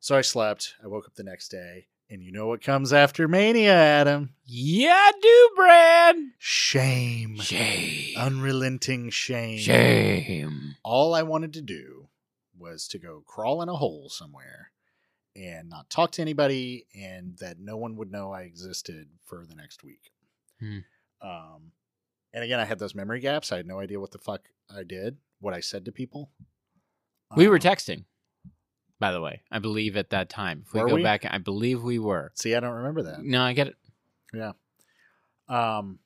[SPEAKER 1] So I slept. I woke up the next day, and you know what comes after mania, Adam?
[SPEAKER 2] Yeah, I do, Brad.
[SPEAKER 1] Shame,
[SPEAKER 2] Shame.
[SPEAKER 1] Oh, unrelenting shame.
[SPEAKER 2] Shame.
[SPEAKER 1] All I wanted to do was to go crawl in a hole somewhere and not talk to anybody, and that no one would know I existed for the next week.
[SPEAKER 2] Hmm.
[SPEAKER 1] Um, and again, I had those memory gaps. I had no idea what the fuck I did, what I said to people.
[SPEAKER 2] We were
[SPEAKER 1] Um,
[SPEAKER 2] texting, by the way. I believe at that time. If we
[SPEAKER 1] Were
[SPEAKER 2] go
[SPEAKER 1] we?
[SPEAKER 2] back, I believe we were.
[SPEAKER 1] See, I don't remember that.
[SPEAKER 2] No, I get it. Mm.
[SPEAKER 1] Um,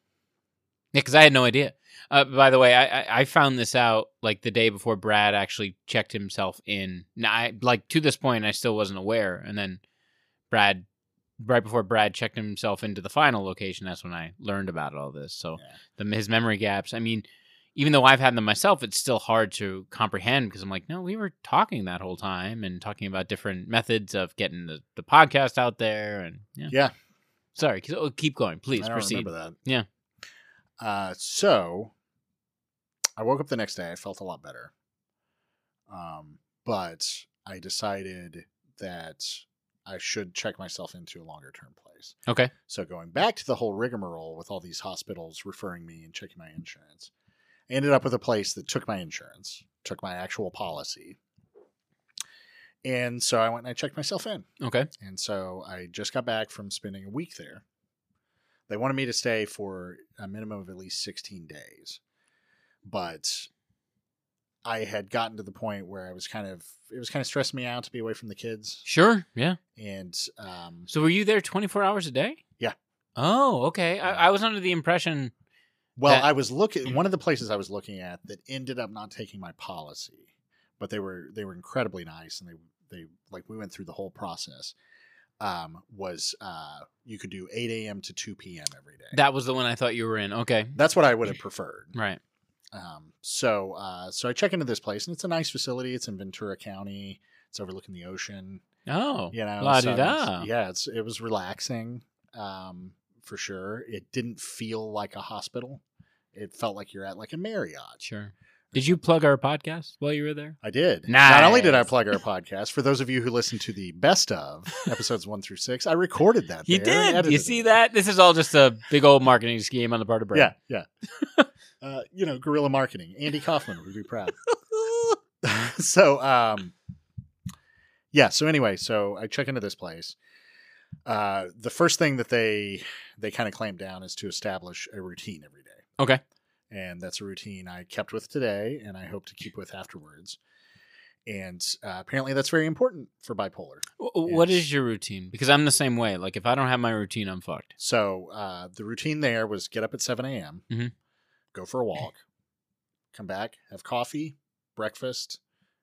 [SPEAKER 2] Yeah, because I had no idea. Uh, by the way, I, I I found this out like the day before Brad actually checked himself in. Now, I like to this point, I still wasn't aware, and then Brad, right before Brad checked himself into the final location, that's when I learned about all this. So
[SPEAKER 1] Yeah.
[SPEAKER 2] the, his memory gaps. I mean, even though I've had them myself, it's still hard to comprehend because I'm like, no, we were talking that whole time and talking about different methods of getting the, the podcast out there, and yeah.
[SPEAKER 1] yeah,
[SPEAKER 2] Sorry, keep- oh, keep going, please
[SPEAKER 1] I don't
[SPEAKER 2] proceed.
[SPEAKER 1] remember that.
[SPEAKER 2] Yeah.
[SPEAKER 1] Uh, so I woke up the next day. I felt a lot better. Um, but I decided that I should check myself into a longer term place.
[SPEAKER 2] Okay.
[SPEAKER 1] So going back to the whole rigmarole with all these hospitals referring me and checking my insurance, I ended up with a place that took my insurance, took my actual policy. And so I went and I checked myself in.
[SPEAKER 2] Okay.
[SPEAKER 1] And so I just got back from spending a week there. They wanted me to stay for a minimum of at least 16 days. But I had gotten to the point where I was kind of, it was kind of stressing me out to be away from the kids.
[SPEAKER 2] Sure. Yeah.
[SPEAKER 1] And um,
[SPEAKER 2] So were you there 24 hours a day?
[SPEAKER 1] Yeah.
[SPEAKER 2] Oh, okay.
[SPEAKER 1] Yeah.
[SPEAKER 2] I, I was under the impression.
[SPEAKER 1] Well,
[SPEAKER 2] that-
[SPEAKER 1] I was looking. One of the places I was looking at that ended up not taking my policy, but they were they were incredibly nice, and they they like we went through the whole process. Um, was uh, you could do eight a.m. to two p.m. every day.
[SPEAKER 2] That was the one I thought you were in. Okay.
[SPEAKER 1] That's what I would have preferred.
[SPEAKER 2] Right.
[SPEAKER 1] Um, so uh, so I check into this place, and it's a nice facility. It's in Ventura County. It's overlooking the ocean.
[SPEAKER 2] Oh.
[SPEAKER 1] You know,
[SPEAKER 2] La
[SPEAKER 1] so
[SPEAKER 2] di da.
[SPEAKER 1] it's- yeah, it's it was relaxing, um, for sure. It didn't feel like a hospital. It felt like you're at like a Marriott.
[SPEAKER 2] Sure. Did you plug our podcast while you were there?
[SPEAKER 1] I did. Not only did I
[SPEAKER 2] Nice.
[SPEAKER 1] plug our podcast, for those of you who listened to the best of episodes one through six, I recorded that.
[SPEAKER 2] You
[SPEAKER 1] there and
[SPEAKER 2] did.
[SPEAKER 1] edited
[SPEAKER 2] You
[SPEAKER 1] it.
[SPEAKER 2] see that? This is all just a big old marketing scheme on the part of Brad.
[SPEAKER 1] Yeah, yeah. uh, you know, guerrilla marketing. Andy Kaufman would be proud. so, um, yeah. So anyway, so I check into this place. Uh, the first thing that they they kind of clamp down is to establish a routine every day.
[SPEAKER 2] Okay.
[SPEAKER 1] and that's a routine I kept with today, and I hope to keep with afterwards. and uh, apparently that's very important for bipolar.
[SPEAKER 2] W- What
[SPEAKER 1] Yes.
[SPEAKER 2] is your routine? Because I'm the same way. Like if I don't have my routine, I'm fucked.
[SPEAKER 1] So uh, the routine there was get up at 7 a.m.,
[SPEAKER 2] Mhm.
[SPEAKER 1] go for a walk, come back, have coffee, breakfast,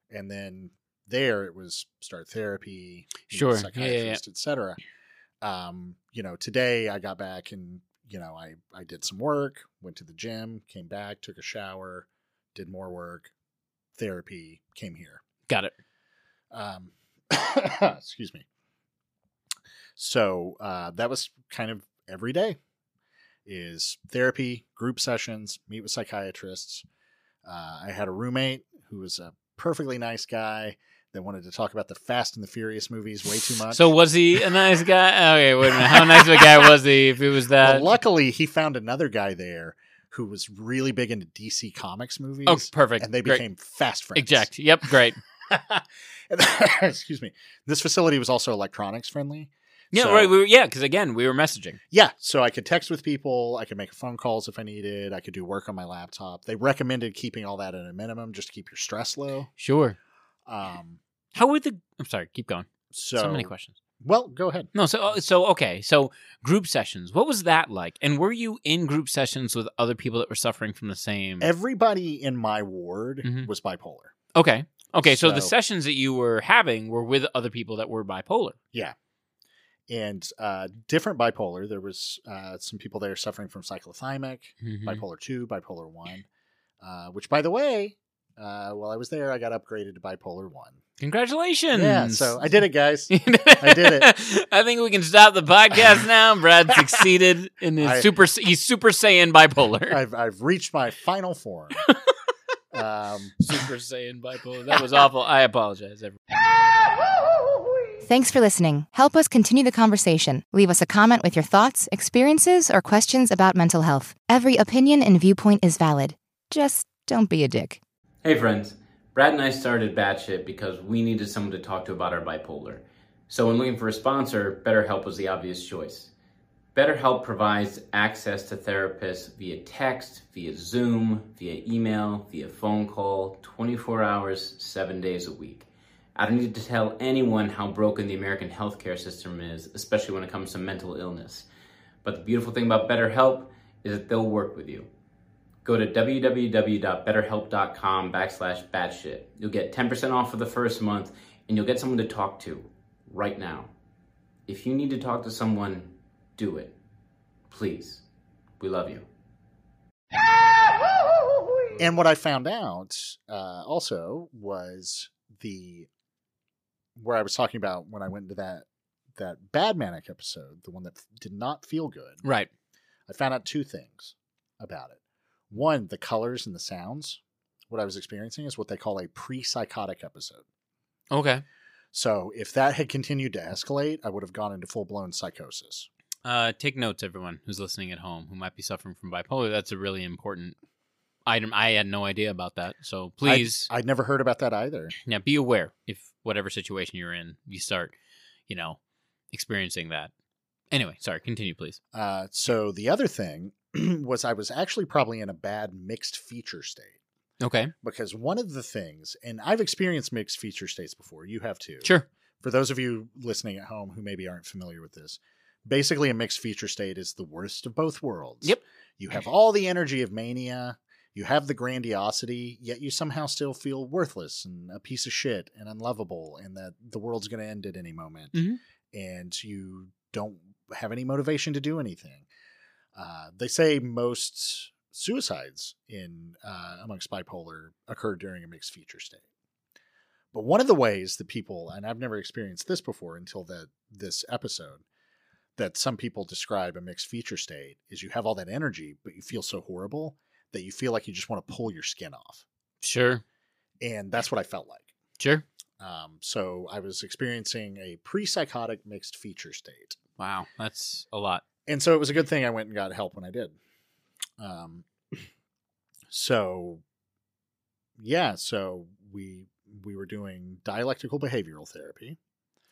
[SPEAKER 1] and then there it was start therapy, meet a
[SPEAKER 2] Sure. Yeah, yeah,
[SPEAKER 1] psychiatrist, etc. Um, you know, today I got back and you know I I did some work, went to the gym, came back, took a shower, did more work, therapy, came here.
[SPEAKER 2] Got it.
[SPEAKER 1] Um, excuse me. So uh, that was kind of every day is therapy, group sessions, meet with psychiatrists. Uh, I had a roommate who was a perfectly nice guy that wanted to talk about the Fast and the Furious movies way too much.
[SPEAKER 2] So was he a nice guy? Okay, wait a minute. How nice of a guy was he? If it was that.
[SPEAKER 1] Well, luckily, he found another guy there who was really big into DC Comics movies,
[SPEAKER 2] oh, perfect.
[SPEAKER 1] and they
[SPEAKER 2] Great.
[SPEAKER 1] became fast friends.
[SPEAKER 2] Exact. Yep. Great.
[SPEAKER 1] And- Excuse me. This facility was also electronics friendly.
[SPEAKER 2] Yeah.
[SPEAKER 1] So-
[SPEAKER 2] right. We were, yeah. Because again, we were messaging.
[SPEAKER 1] Yeah, so I could text with people, I could make phone calls if I needed, I could do work on my laptop. They recommended keeping all that at a minimum just to keep your stress low.
[SPEAKER 2] Sure.
[SPEAKER 1] Um,
[SPEAKER 2] How would the? I'm sorry. Keep going.
[SPEAKER 1] so,
[SPEAKER 2] so many questions.
[SPEAKER 1] Well, go ahead.
[SPEAKER 2] No. So oh, so okay. So group sessions. What was that like? And were you in group sessions with other people that were suffering from the same?
[SPEAKER 1] Everybody in my ward
[SPEAKER 2] Mhm.
[SPEAKER 1] was bipolar.
[SPEAKER 2] Okay. Okay. So, the
[SPEAKER 1] So-
[SPEAKER 2] sessions that you were having were with other people that were bipolar.
[SPEAKER 1] And uh, different bipolar, there was uh, some people there suffering from cyclothymic,
[SPEAKER 2] Mm-hmm.
[SPEAKER 1] bipolar 2, bipolar 1, uh, which, by the way, uh, while I was there, I got upgraded to bipolar 1.
[SPEAKER 2] Congratulations.
[SPEAKER 1] Yeah, so I did it, guys.
[SPEAKER 2] I
[SPEAKER 1] did
[SPEAKER 2] it. I think we can stop the podcast now. Brad succeeded in his
[SPEAKER 1] I-
[SPEAKER 2] super. He's super saiyan bipolar.
[SPEAKER 1] I've, I've reached my final form. Um,
[SPEAKER 2] super saiyan bipolar. Oh, That was awful. I apologize. Everyone.
[SPEAKER 3] Thanks for listening. Help us continue the conversation. Leave us a comment with your thoughts, experiences, or questions about mental health. Every opinion and viewpoint is valid. Just don't be a dick.
[SPEAKER 4] Hey friends, Brad and I started Batshit because we needed someone to talk to about our bipolar. So when looking for a sponsor, BetterHelp was the obvious choice. BetterHelp provides access to therapists via text, via Zoom, via email, via phone call, 24 hours, 7 days a week. I don't need to tell anyone how broken the American healthcare system is, especially when it comes to mental illness. But the beautiful thing about BetterHelp is that they'll work with you go to www.betterhelp.com backslash batshit. You'll get 10% off for the first month and you'll get someone to talk to right now. If you need to talk to someone, do it. Please. We love you.
[SPEAKER 1] And what I found out uh, also was the where I was talking about when I went into that that bad manic episode, the one that f- did not feel good.
[SPEAKER 2] Right.
[SPEAKER 1] I found out two things about it. One, the colors and the sounds. What I was experiencing is what they call a pre-psychotic episode.
[SPEAKER 2] Okay.
[SPEAKER 1] So if that had continued to escalate, I would have gone into full-blown psychosis.
[SPEAKER 2] Uh, take notes, everyone who's listening at home who might be suffering from bipolar. That's a really important item. I had no idea about that. So please,
[SPEAKER 1] I'd never heard about that either.
[SPEAKER 2] now be aware if whatever situation you're in, you start, you know, experiencing that. Anyway, sorry. Continue, please.
[SPEAKER 1] Uh, so the other thing was I was actually probably in a bad mixed feature state.
[SPEAKER 2] Okay.
[SPEAKER 1] because one of the things, and I've experienced mixed feature states before, you have too.
[SPEAKER 2] Sure.
[SPEAKER 1] For those of you listening at home who maybe aren't familiar with this, basically a mixed feature state is the worst of both worlds.
[SPEAKER 2] Yep.
[SPEAKER 1] You have all the energy of mania, you have the grandiosity, yet you somehow still feel worthless and a piece of shit and unlovable and that the world's going to end at any moment.
[SPEAKER 2] Mhm.
[SPEAKER 1] And you don't have any motivation to do anything. Uh, they say most suicides in uh, amongst bipolar occur during a mixed feature state. But one of the ways that people, and I've never experienced this before until that this episode, that some people describe a mixed feature state is you have all that energy, but you feel so horrible that you feel like you just want to pull your skin off.
[SPEAKER 2] Sure.
[SPEAKER 1] And that's what I felt like.
[SPEAKER 2] Sure.
[SPEAKER 1] Um, so I was experiencing a pre psychotic mixed feature state
[SPEAKER 2] Wow, that's a lot.
[SPEAKER 1] and so it was a good thing I went and got help when I did. Um, so yeah, so we we were doing dialectical behavioral therapy.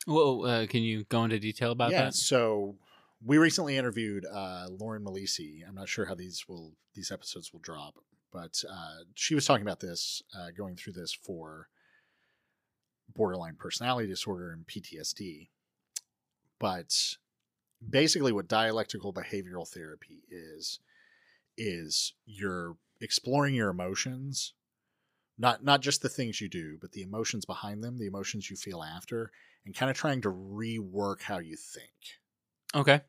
[SPEAKER 2] Well, uh, can you go into detail about
[SPEAKER 1] yeah,
[SPEAKER 2] that?
[SPEAKER 1] so we recently interviewed uh, Lauren Malisi. I'm not sure how these will these episodes will drop, but uh, she was talking about this, uh, going through this for borderline personality disorder and PTSD. But basically, what dialectical behavioral therapy is, is you're exploring your emotions, not not just the things you do, but the emotions behind them, the emotions you feel after, and kind of trying to rework how you think.
[SPEAKER 2] Okay.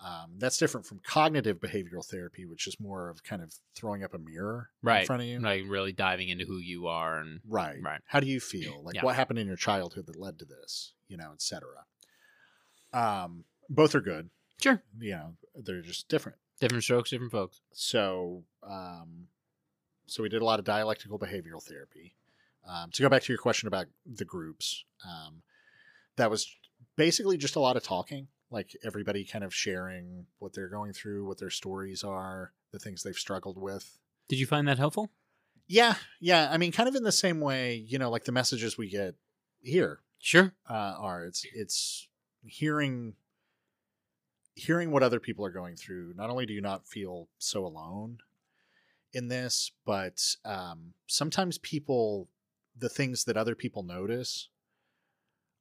[SPEAKER 1] Um, that's different from cognitive behavioral therapy, which is more of kind of throwing up a mirror in
[SPEAKER 2] Right.
[SPEAKER 1] front of you.
[SPEAKER 2] Like really diving into who you are and
[SPEAKER 1] Right.
[SPEAKER 2] Right.
[SPEAKER 1] How do you feel? Like
[SPEAKER 2] Yeah.
[SPEAKER 1] what happened in your childhood that led to this, you know, et cetera. Um, both are good.
[SPEAKER 2] sure
[SPEAKER 1] You know, they're just different.
[SPEAKER 2] different strokes, different folks.
[SPEAKER 1] So, um, so we did a lot of dialectical behavioral therapy. Um, to go back to your question about the groups, um, that was basically just a lot of talking, like everybody kind of sharing what they're going through, what their stories are, the things they've struggled with.
[SPEAKER 2] Did you find that helpful?
[SPEAKER 1] Yeah, yeah. I mean, kind of in the same way, you know, like the messages we get here
[SPEAKER 2] Sure.
[SPEAKER 1] uh, are it's it's hearing hearing what other people are going through. Not only do you not feel so alone in this, but um, sometimes people the things that other people notice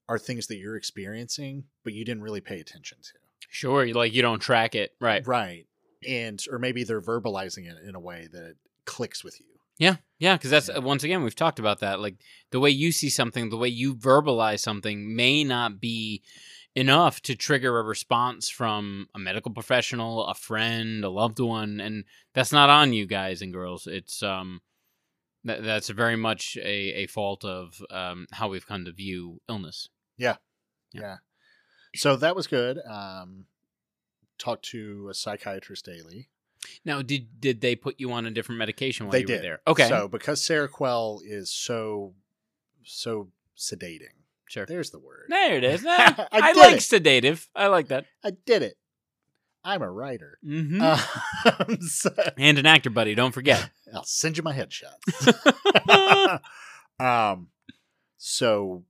[SPEAKER 1] are things that you're experiencing, but you didn't really pay attention to.
[SPEAKER 2] Sure. You like you don't track it. Right.
[SPEAKER 1] Right. And or maybe they're verbalizing it in a way that it clicks with you.
[SPEAKER 2] Yeah. Yeah. Because that's uh,
[SPEAKER 1] Yeah.
[SPEAKER 2] once again we've talked about that. Like the way you see something, the way you verbalize something may not be enough to trigger a response from a medical professional, a friend, a loved one, and that's not on you guys and girls. It's um. That, that's very much a, a fault of um, how we've come to view illness. Yeah.
[SPEAKER 1] Yeah. So that was good. Um, talked to a psychiatrist daily.
[SPEAKER 2] Now, did did they put you on a different medication while
[SPEAKER 1] they
[SPEAKER 2] you
[SPEAKER 1] did.
[SPEAKER 2] were there? Okay,
[SPEAKER 1] So because Seroquel is so, so sedating.
[SPEAKER 2] sure.
[SPEAKER 1] There's the word.
[SPEAKER 2] There it is.
[SPEAKER 1] I
[SPEAKER 2] I,
[SPEAKER 1] did
[SPEAKER 2] like
[SPEAKER 1] it.
[SPEAKER 2] sedative. I like that.
[SPEAKER 1] I did it. I'm a writer.
[SPEAKER 2] hmm
[SPEAKER 1] Um, so-
[SPEAKER 2] and an actor buddy. Don't forget.
[SPEAKER 1] I'll send you my headshot. um, so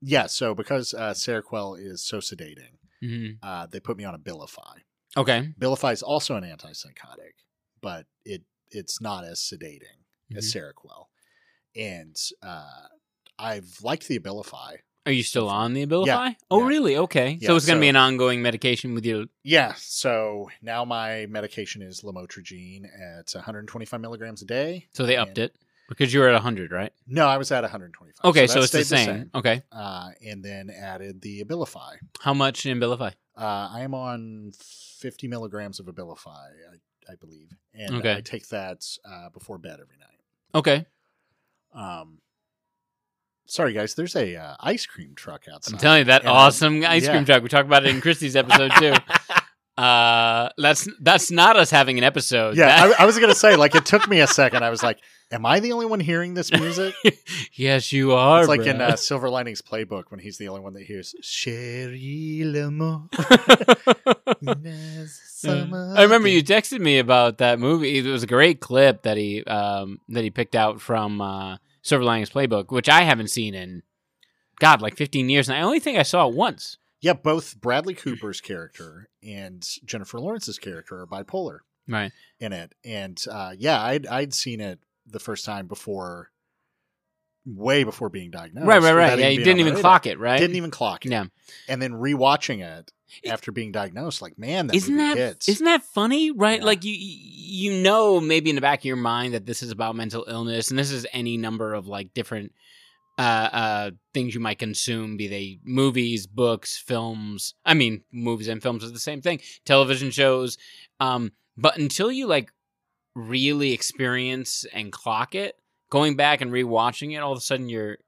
[SPEAKER 1] yeah. So because uh, Seroquel is so sedating,
[SPEAKER 2] hmm
[SPEAKER 1] uh, they put me on a Abilify.
[SPEAKER 2] Okay.
[SPEAKER 1] Abilify is also an antipsychotic, but it it's not as sedating as
[SPEAKER 2] Mm-hmm.
[SPEAKER 1] Seroquel. And uh, I've liked the Abilify.
[SPEAKER 2] Are you still on the Abilify?
[SPEAKER 1] Yeah,
[SPEAKER 2] Oh,
[SPEAKER 1] yeah.
[SPEAKER 2] really? Okay.
[SPEAKER 1] Yeah,
[SPEAKER 2] so it's going to
[SPEAKER 1] so-
[SPEAKER 2] be an ongoing medication with you.
[SPEAKER 1] Yeah, so now my medication is lamotrigine at 125 milligrams a day.
[SPEAKER 2] So they upped
[SPEAKER 1] And-
[SPEAKER 2] it because you were at 100, right?
[SPEAKER 1] No, I was at 125.
[SPEAKER 2] Okay, so,
[SPEAKER 1] that
[SPEAKER 2] it's the
[SPEAKER 1] stayed
[SPEAKER 2] same. Okay.
[SPEAKER 1] Uh, and then added the Abilify.
[SPEAKER 2] How much in Abilify?
[SPEAKER 1] Uh, I am on 50 milligrams of Abilify, I, I believe. And
[SPEAKER 2] Okay.
[SPEAKER 1] I take that uh, before bed every night.
[SPEAKER 2] Okay.
[SPEAKER 1] Um, sorry guys, there's a uh, ice cream truck outside.
[SPEAKER 2] I'm telling you that
[SPEAKER 1] And, um,
[SPEAKER 2] awesome ice
[SPEAKER 1] yeah.
[SPEAKER 2] cream truck. We talked about it in Christie's episode too. Uh, that's that's not us having an episode.
[SPEAKER 1] Yeah,
[SPEAKER 2] That-
[SPEAKER 1] I, I was gonna say like it took me a second. I was like, "Am I the only one hearing this music?"
[SPEAKER 2] yes, you are.
[SPEAKER 1] it's like in
[SPEAKER 2] bro.
[SPEAKER 1] uh, Silver Linings Playbook when he's the only one that hears "Chérie l'amour." uh,
[SPEAKER 2] I Mm. remember you texted me about that movie. It was a great clip that he um, that he picked out from uh, Silver Linings Playbook, which I havenn't seen in God like 15 years, and I only think I saw it once.
[SPEAKER 1] Yeah, both Bradley Cooper's character and Jennifer Lawrence's character are bipolar.
[SPEAKER 2] Right.
[SPEAKER 1] in it. And uh, yeah, I'd I'd seen it the first time before, way before being diagnosed.
[SPEAKER 2] right, right, right.
[SPEAKER 1] without
[SPEAKER 2] Yeah, you
[SPEAKER 1] being
[SPEAKER 2] didn't
[SPEAKER 1] on my
[SPEAKER 2] even
[SPEAKER 1] radar.
[SPEAKER 2] clock it, right?
[SPEAKER 1] Didn't even clock it.
[SPEAKER 2] Yeah.
[SPEAKER 1] And then rewatching it
[SPEAKER 2] It-
[SPEAKER 1] after being diagnosed, like man, that
[SPEAKER 2] isn't
[SPEAKER 1] movie
[SPEAKER 2] that
[SPEAKER 1] hits.
[SPEAKER 2] not that funny right
[SPEAKER 1] Yeah.
[SPEAKER 2] like you you know maybe in the back of your mind that this is about mental illness and this is any number of like different uh uh things you might consume be they movies books films i mean movies and films is the same thing television shows um but until you like really experience and clock it going back and rewatching it all of a sudden you're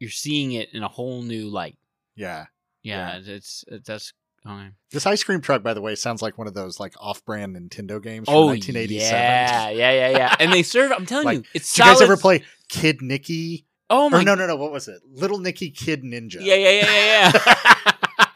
[SPEAKER 2] you're seeing it in a whole new light
[SPEAKER 1] yeah. Yeah.
[SPEAKER 2] yeah, it's, it's that's okay.
[SPEAKER 1] This ice cream truck, by the way, sounds like one of those like off-brand Nintendo games from
[SPEAKER 2] Oh
[SPEAKER 1] 1987.
[SPEAKER 2] yeah, yeah, yeah, yeah. And they serve. I'm telling
[SPEAKER 1] Like,
[SPEAKER 2] you, it's
[SPEAKER 1] Did you guys
[SPEAKER 2] solid-
[SPEAKER 1] ever play Kid Nicky?
[SPEAKER 2] Oh my!
[SPEAKER 1] or no, no, no. What was it? Little Nicky Kid Ninja.
[SPEAKER 2] Yeah, yeah, yeah, yeah, yeah.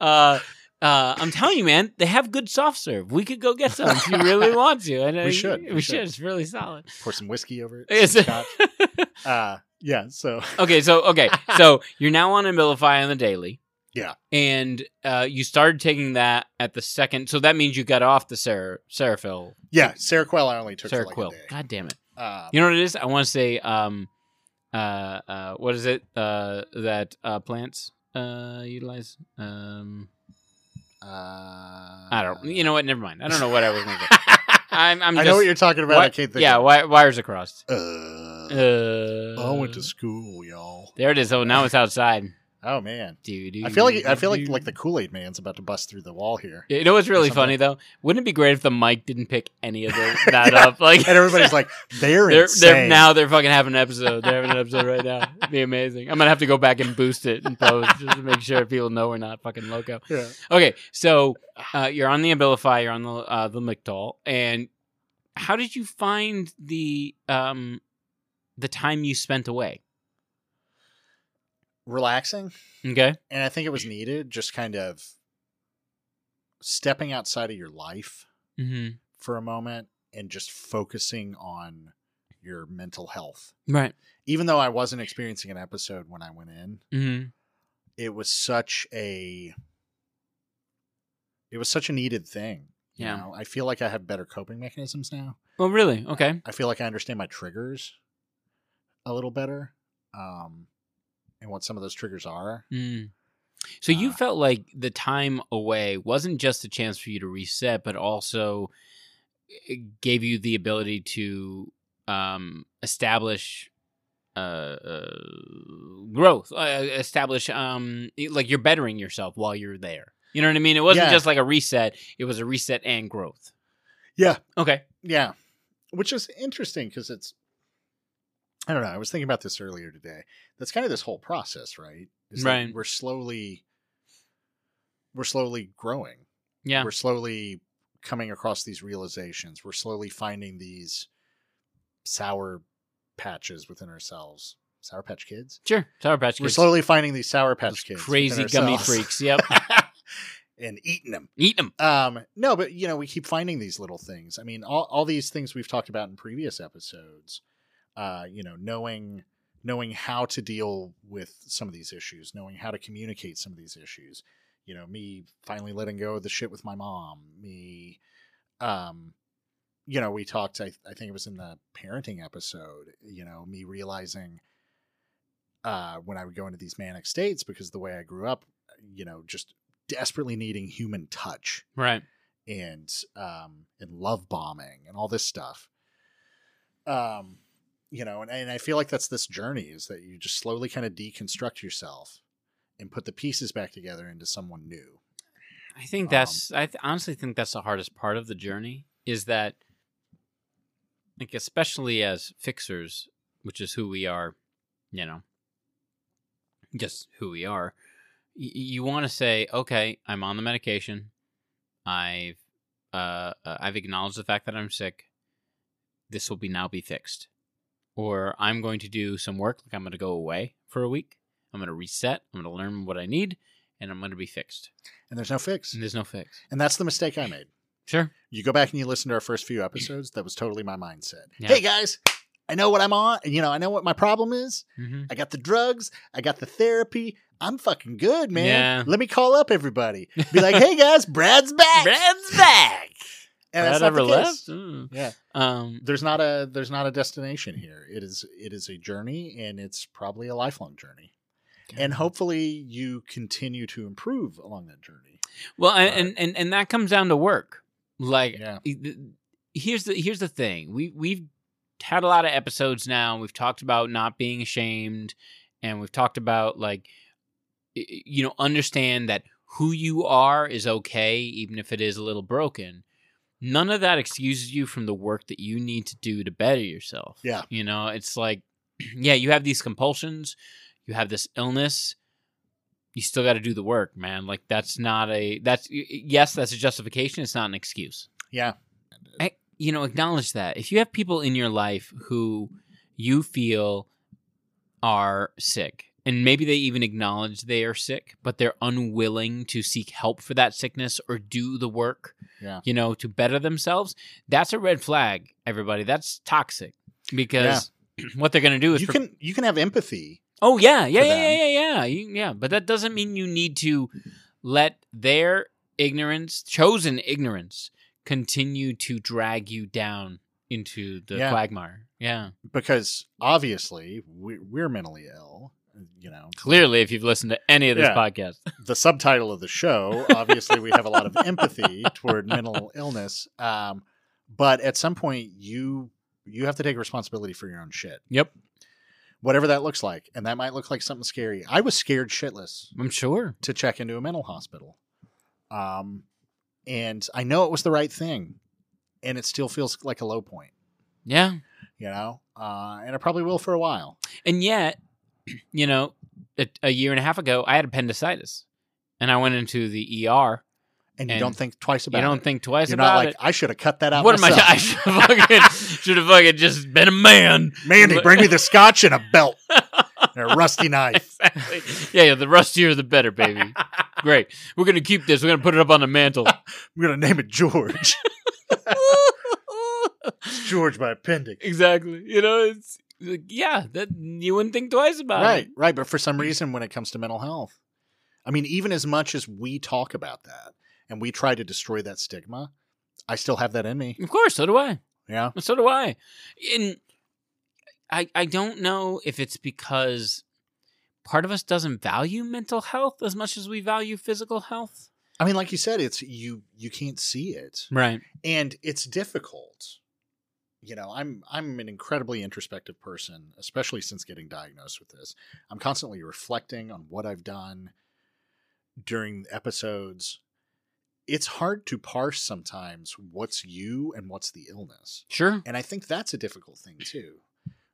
[SPEAKER 2] uh, uh, I'm telling you, man, they have good soft serve. We could go get some if you really want to. And
[SPEAKER 1] We
[SPEAKER 2] uh,
[SPEAKER 1] should,
[SPEAKER 2] We,
[SPEAKER 1] we
[SPEAKER 2] should.
[SPEAKER 1] should.
[SPEAKER 2] It's really solid.
[SPEAKER 1] Pour some whiskey over it.
[SPEAKER 2] It's-
[SPEAKER 1] some scotch. Uh, yeah. So
[SPEAKER 2] okay, so okay, so you're now on Abilify on the daily.
[SPEAKER 1] Yeah.
[SPEAKER 2] And uh, you started taking that at the second, so that means you got off the Ser- Serafil,
[SPEAKER 1] yeah, Seroquel I only took for
[SPEAKER 2] Seroquil.
[SPEAKER 1] like a day.
[SPEAKER 2] God damn it!
[SPEAKER 1] Um,
[SPEAKER 2] You know what it is? I want to say um, uh, uh, what is it uh, that uh, plants uh, utilize? Um,
[SPEAKER 1] Uh,
[SPEAKER 2] I don't. You know what? Never mind. I don't know what I was going to say.
[SPEAKER 1] I
[SPEAKER 2] I'm, I'm just,
[SPEAKER 1] know what you're talking about. I
[SPEAKER 2] what-
[SPEAKER 1] can't think.
[SPEAKER 2] Yeah,
[SPEAKER 1] Of
[SPEAKER 2] wi- wires across.
[SPEAKER 1] it.
[SPEAKER 2] Uh,
[SPEAKER 1] Uh, I went to school, y'all.
[SPEAKER 2] There it is. Oh, now it's outside.
[SPEAKER 1] Oh man,
[SPEAKER 2] Dude,
[SPEAKER 1] I feel like I feel like like the Kool Aid Man's about to bust through the wall here,
[SPEAKER 2] You know what's really
[SPEAKER 1] something.
[SPEAKER 2] funny though? Wouldn't it be great if the mic didn't pick any of the, that up? Like,
[SPEAKER 1] and everybody's like, "They're,
[SPEAKER 2] they're,
[SPEAKER 1] insane."
[SPEAKER 2] they're now they're fucking having an episode. They're having an episode right now. It'd be amazing. I'm gonna have to go back and boost it and post just to make sure people know we're not fucking loco.
[SPEAKER 1] Yeah.
[SPEAKER 2] Okay, so uh, you're on the Abilify, you're on the uh, the McDowell, and how did you find the um the time you spent away?
[SPEAKER 1] relaxing,
[SPEAKER 2] Okay,
[SPEAKER 1] and I think it was needed. Just kind of stepping outside of your life
[SPEAKER 2] mm-hmm.
[SPEAKER 1] for a moment and just focusing on your mental health.
[SPEAKER 2] right,
[SPEAKER 1] Even though I wasn't experiencing an episode when I went in,
[SPEAKER 2] mm-hmm.
[SPEAKER 1] it was such a it was such a needed thing. You
[SPEAKER 2] Yeah.
[SPEAKER 1] know, I feel like I have better coping mechanisms now.
[SPEAKER 2] Well, really, okay,
[SPEAKER 1] I feel like I understand my triggers a little better. Um and what some of those triggers are.
[SPEAKER 2] Mm. So you
[SPEAKER 1] Uh,
[SPEAKER 2] felt like the time away wasn't just a chance for you to reset, but also it gave you the ability to um, establish uh, uh, growth, uh, establish um, like you're bettering yourself while you're there. You know what I mean? It wasn't
[SPEAKER 1] Yeah.
[SPEAKER 2] just like a reset; it was a reset and growth.
[SPEAKER 1] Yeah.
[SPEAKER 2] Okay.
[SPEAKER 1] Yeah. Which is interesting because it's I don't know, I was thinking about this earlier today. That's kind of this whole process, right? Is that
[SPEAKER 2] Right.
[SPEAKER 1] We're slowly we're slowly growing.
[SPEAKER 2] Yeah.
[SPEAKER 1] we're slowly coming across these realizations we're slowly finding these sour patches within ourselves sour patch kids
[SPEAKER 2] Sure. Sour Patch
[SPEAKER 1] we're
[SPEAKER 2] Kids.
[SPEAKER 1] slowly finding these sour
[SPEAKER 2] Those
[SPEAKER 1] patch kids
[SPEAKER 2] crazy
[SPEAKER 1] within
[SPEAKER 2] gummy
[SPEAKER 1] ourselves.
[SPEAKER 2] freaks. Yep.
[SPEAKER 1] and eating them
[SPEAKER 2] Eat them.
[SPEAKER 1] um no but you know we keep finding these little things i mean all, all these things we've talked about in previous episodes uh you know knowing knowing how to deal with some of these issues knowing how to communicate some of these issues you know me finally letting go of the shit with my mom me um you know we talked i, I think it was in the parenting episode you know me realizing uh when i would go into these manic states because the way i grew up you know just desperately needing human touch
[SPEAKER 2] Right.
[SPEAKER 1] and um and love bombing and all this stuff um you know and, and i feel like that's this journey is that you just slowly kind of deconstruct yourself and put the pieces back together into someone new
[SPEAKER 2] I think
[SPEAKER 1] Um,
[SPEAKER 2] that's I th- honestly think that's the hardest part of the journey is that like especially as fixers, which is who we are, you know, just who we are. Y- you want to say, okay, I'm on the medication. I've uh, uh, I've acknowledged the fact that I'm sick. This will be now be fixed, or I'm going to do some work. Like I'm going to go away for a week. I'm going to reset. I'm going to learn what I need, and I'm going to be fixed.
[SPEAKER 1] and there's no fix
[SPEAKER 2] There's no fix.
[SPEAKER 1] and that's the mistake i made
[SPEAKER 2] Sure.
[SPEAKER 1] you go back and you listen to our first few episodes that was totally my mindset
[SPEAKER 2] Yeah.
[SPEAKER 1] hey guys i know what i'm on you know i know what my problem is
[SPEAKER 2] Mm-hmm.
[SPEAKER 1] I got the drugs. I got the therapy. I'm fucking good, man.
[SPEAKER 2] Yeah.
[SPEAKER 1] Let me call up everybody. Be like, hey guys, Brad's back.
[SPEAKER 2] Brad's back.
[SPEAKER 1] And that's not the case. Yeah.
[SPEAKER 2] Mm. Um.
[SPEAKER 1] There's not a there's not a destination here. It is it is a journey and it's probably a lifelong journey. And hopefully you continue to improve along that journey.
[SPEAKER 2] well, and, and and and that comes down to work. Like,
[SPEAKER 1] Yeah.
[SPEAKER 2] i- th- here's the here's the thing. We we've had a lot of episodes now. We've talked about not being ashamed, and we've talked about like, i- i- you know, understand that who you are is okay, even if it is a little broken. None of that excuses you from the work that you need to do to better yourself.
[SPEAKER 1] Yeah.
[SPEAKER 2] You know, it's like, yeah, you have these compulsions, you have this illness, you still got to do the work, man. Like that's not a that's y- y- yes, that's a justification. It's not an excuse.
[SPEAKER 1] Yeah.
[SPEAKER 2] I, you know, acknowledge that. If you have people in your life who you feel are sick, and maybe they even acknowledge they are sick, but they're unwilling to seek help for that sickness or do the work,
[SPEAKER 1] Yeah.
[SPEAKER 2] you know, to better themselves, that's a red flag, everybody. That's toxic because what they're going to do is
[SPEAKER 1] You
[SPEAKER 2] pro-
[SPEAKER 1] can you can have empathy.
[SPEAKER 2] Oh yeah, yeah,
[SPEAKER 1] for
[SPEAKER 2] yeah, yeah,
[SPEAKER 1] them.
[SPEAKER 2] yeah, yeah, You- yeah. But that doesn't mean you need to let their ignorance, chosen ignorance, continue to drag you down into the
[SPEAKER 1] Yeah.
[SPEAKER 2] quagmire. Yeah.
[SPEAKER 1] because obviously we, we're mentally ill. You know,
[SPEAKER 2] Clearly, if you've listened to any of this
[SPEAKER 1] Yeah.
[SPEAKER 2] podcast,
[SPEAKER 1] the subtitle of the show. Obviously, we have a lot of empathy toward mental illness, um, but at some point, you you have to take responsibility for your own shit,
[SPEAKER 2] yep,
[SPEAKER 1] whatever that looks like, and that might look like something scary. I was scared shitless
[SPEAKER 2] I'm sure.
[SPEAKER 1] to check into a mental hospital, um, and I know it was the right thing, and it still feels like a low point,
[SPEAKER 2] Yeah,
[SPEAKER 1] you know, uh, and it probably will for a while.
[SPEAKER 2] and yet, you know, a, a year and a half ago, I had appendicitis, and I went into the ER.
[SPEAKER 1] And you
[SPEAKER 2] And
[SPEAKER 1] don't think twice about
[SPEAKER 2] you don't
[SPEAKER 1] it.
[SPEAKER 2] think twice
[SPEAKER 1] You're
[SPEAKER 2] about
[SPEAKER 1] not like
[SPEAKER 2] it.
[SPEAKER 1] I should have cut that out.
[SPEAKER 2] what am
[SPEAKER 1] myself.
[SPEAKER 2] I? I should have fucking, should have fucking just been a man.
[SPEAKER 1] Mandy, bring me the scotch and a belt and a rusty knife.
[SPEAKER 2] exactly. Yeah, yeah, the rustier the better, baby. Great. We're gonna keep this. We're gonna put it up on the mantle.
[SPEAKER 1] I'm gonna name it George. George by appendix.
[SPEAKER 2] exactly. You know, it's like, yeah, that you wouldn't think twice about
[SPEAKER 1] Right,
[SPEAKER 2] it.
[SPEAKER 1] right. But for some reason, when it comes to mental health, I mean, even as much as we talk about that and we try to destroy that stigma, I still have that in me.
[SPEAKER 2] Of course, so do I.
[SPEAKER 1] Yeah.
[SPEAKER 2] So do I. And I I don't know if it's because part of us doesn't value mental health as much as we value physical health.
[SPEAKER 1] I mean, like you said, it's you you can't see it.
[SPEAKER 2] Right.
[SPEAKER 1] and it's difficult you know i'm i'm an incredibly introspective person especially since getting diagnosed with this i'm constantly reflecting on what i've done during episodes it's hard to parse sometimes what's you and what's the illness
[SPEAKER 2] Sure.
[SPEAKER 1] and i think that's a difficult thing too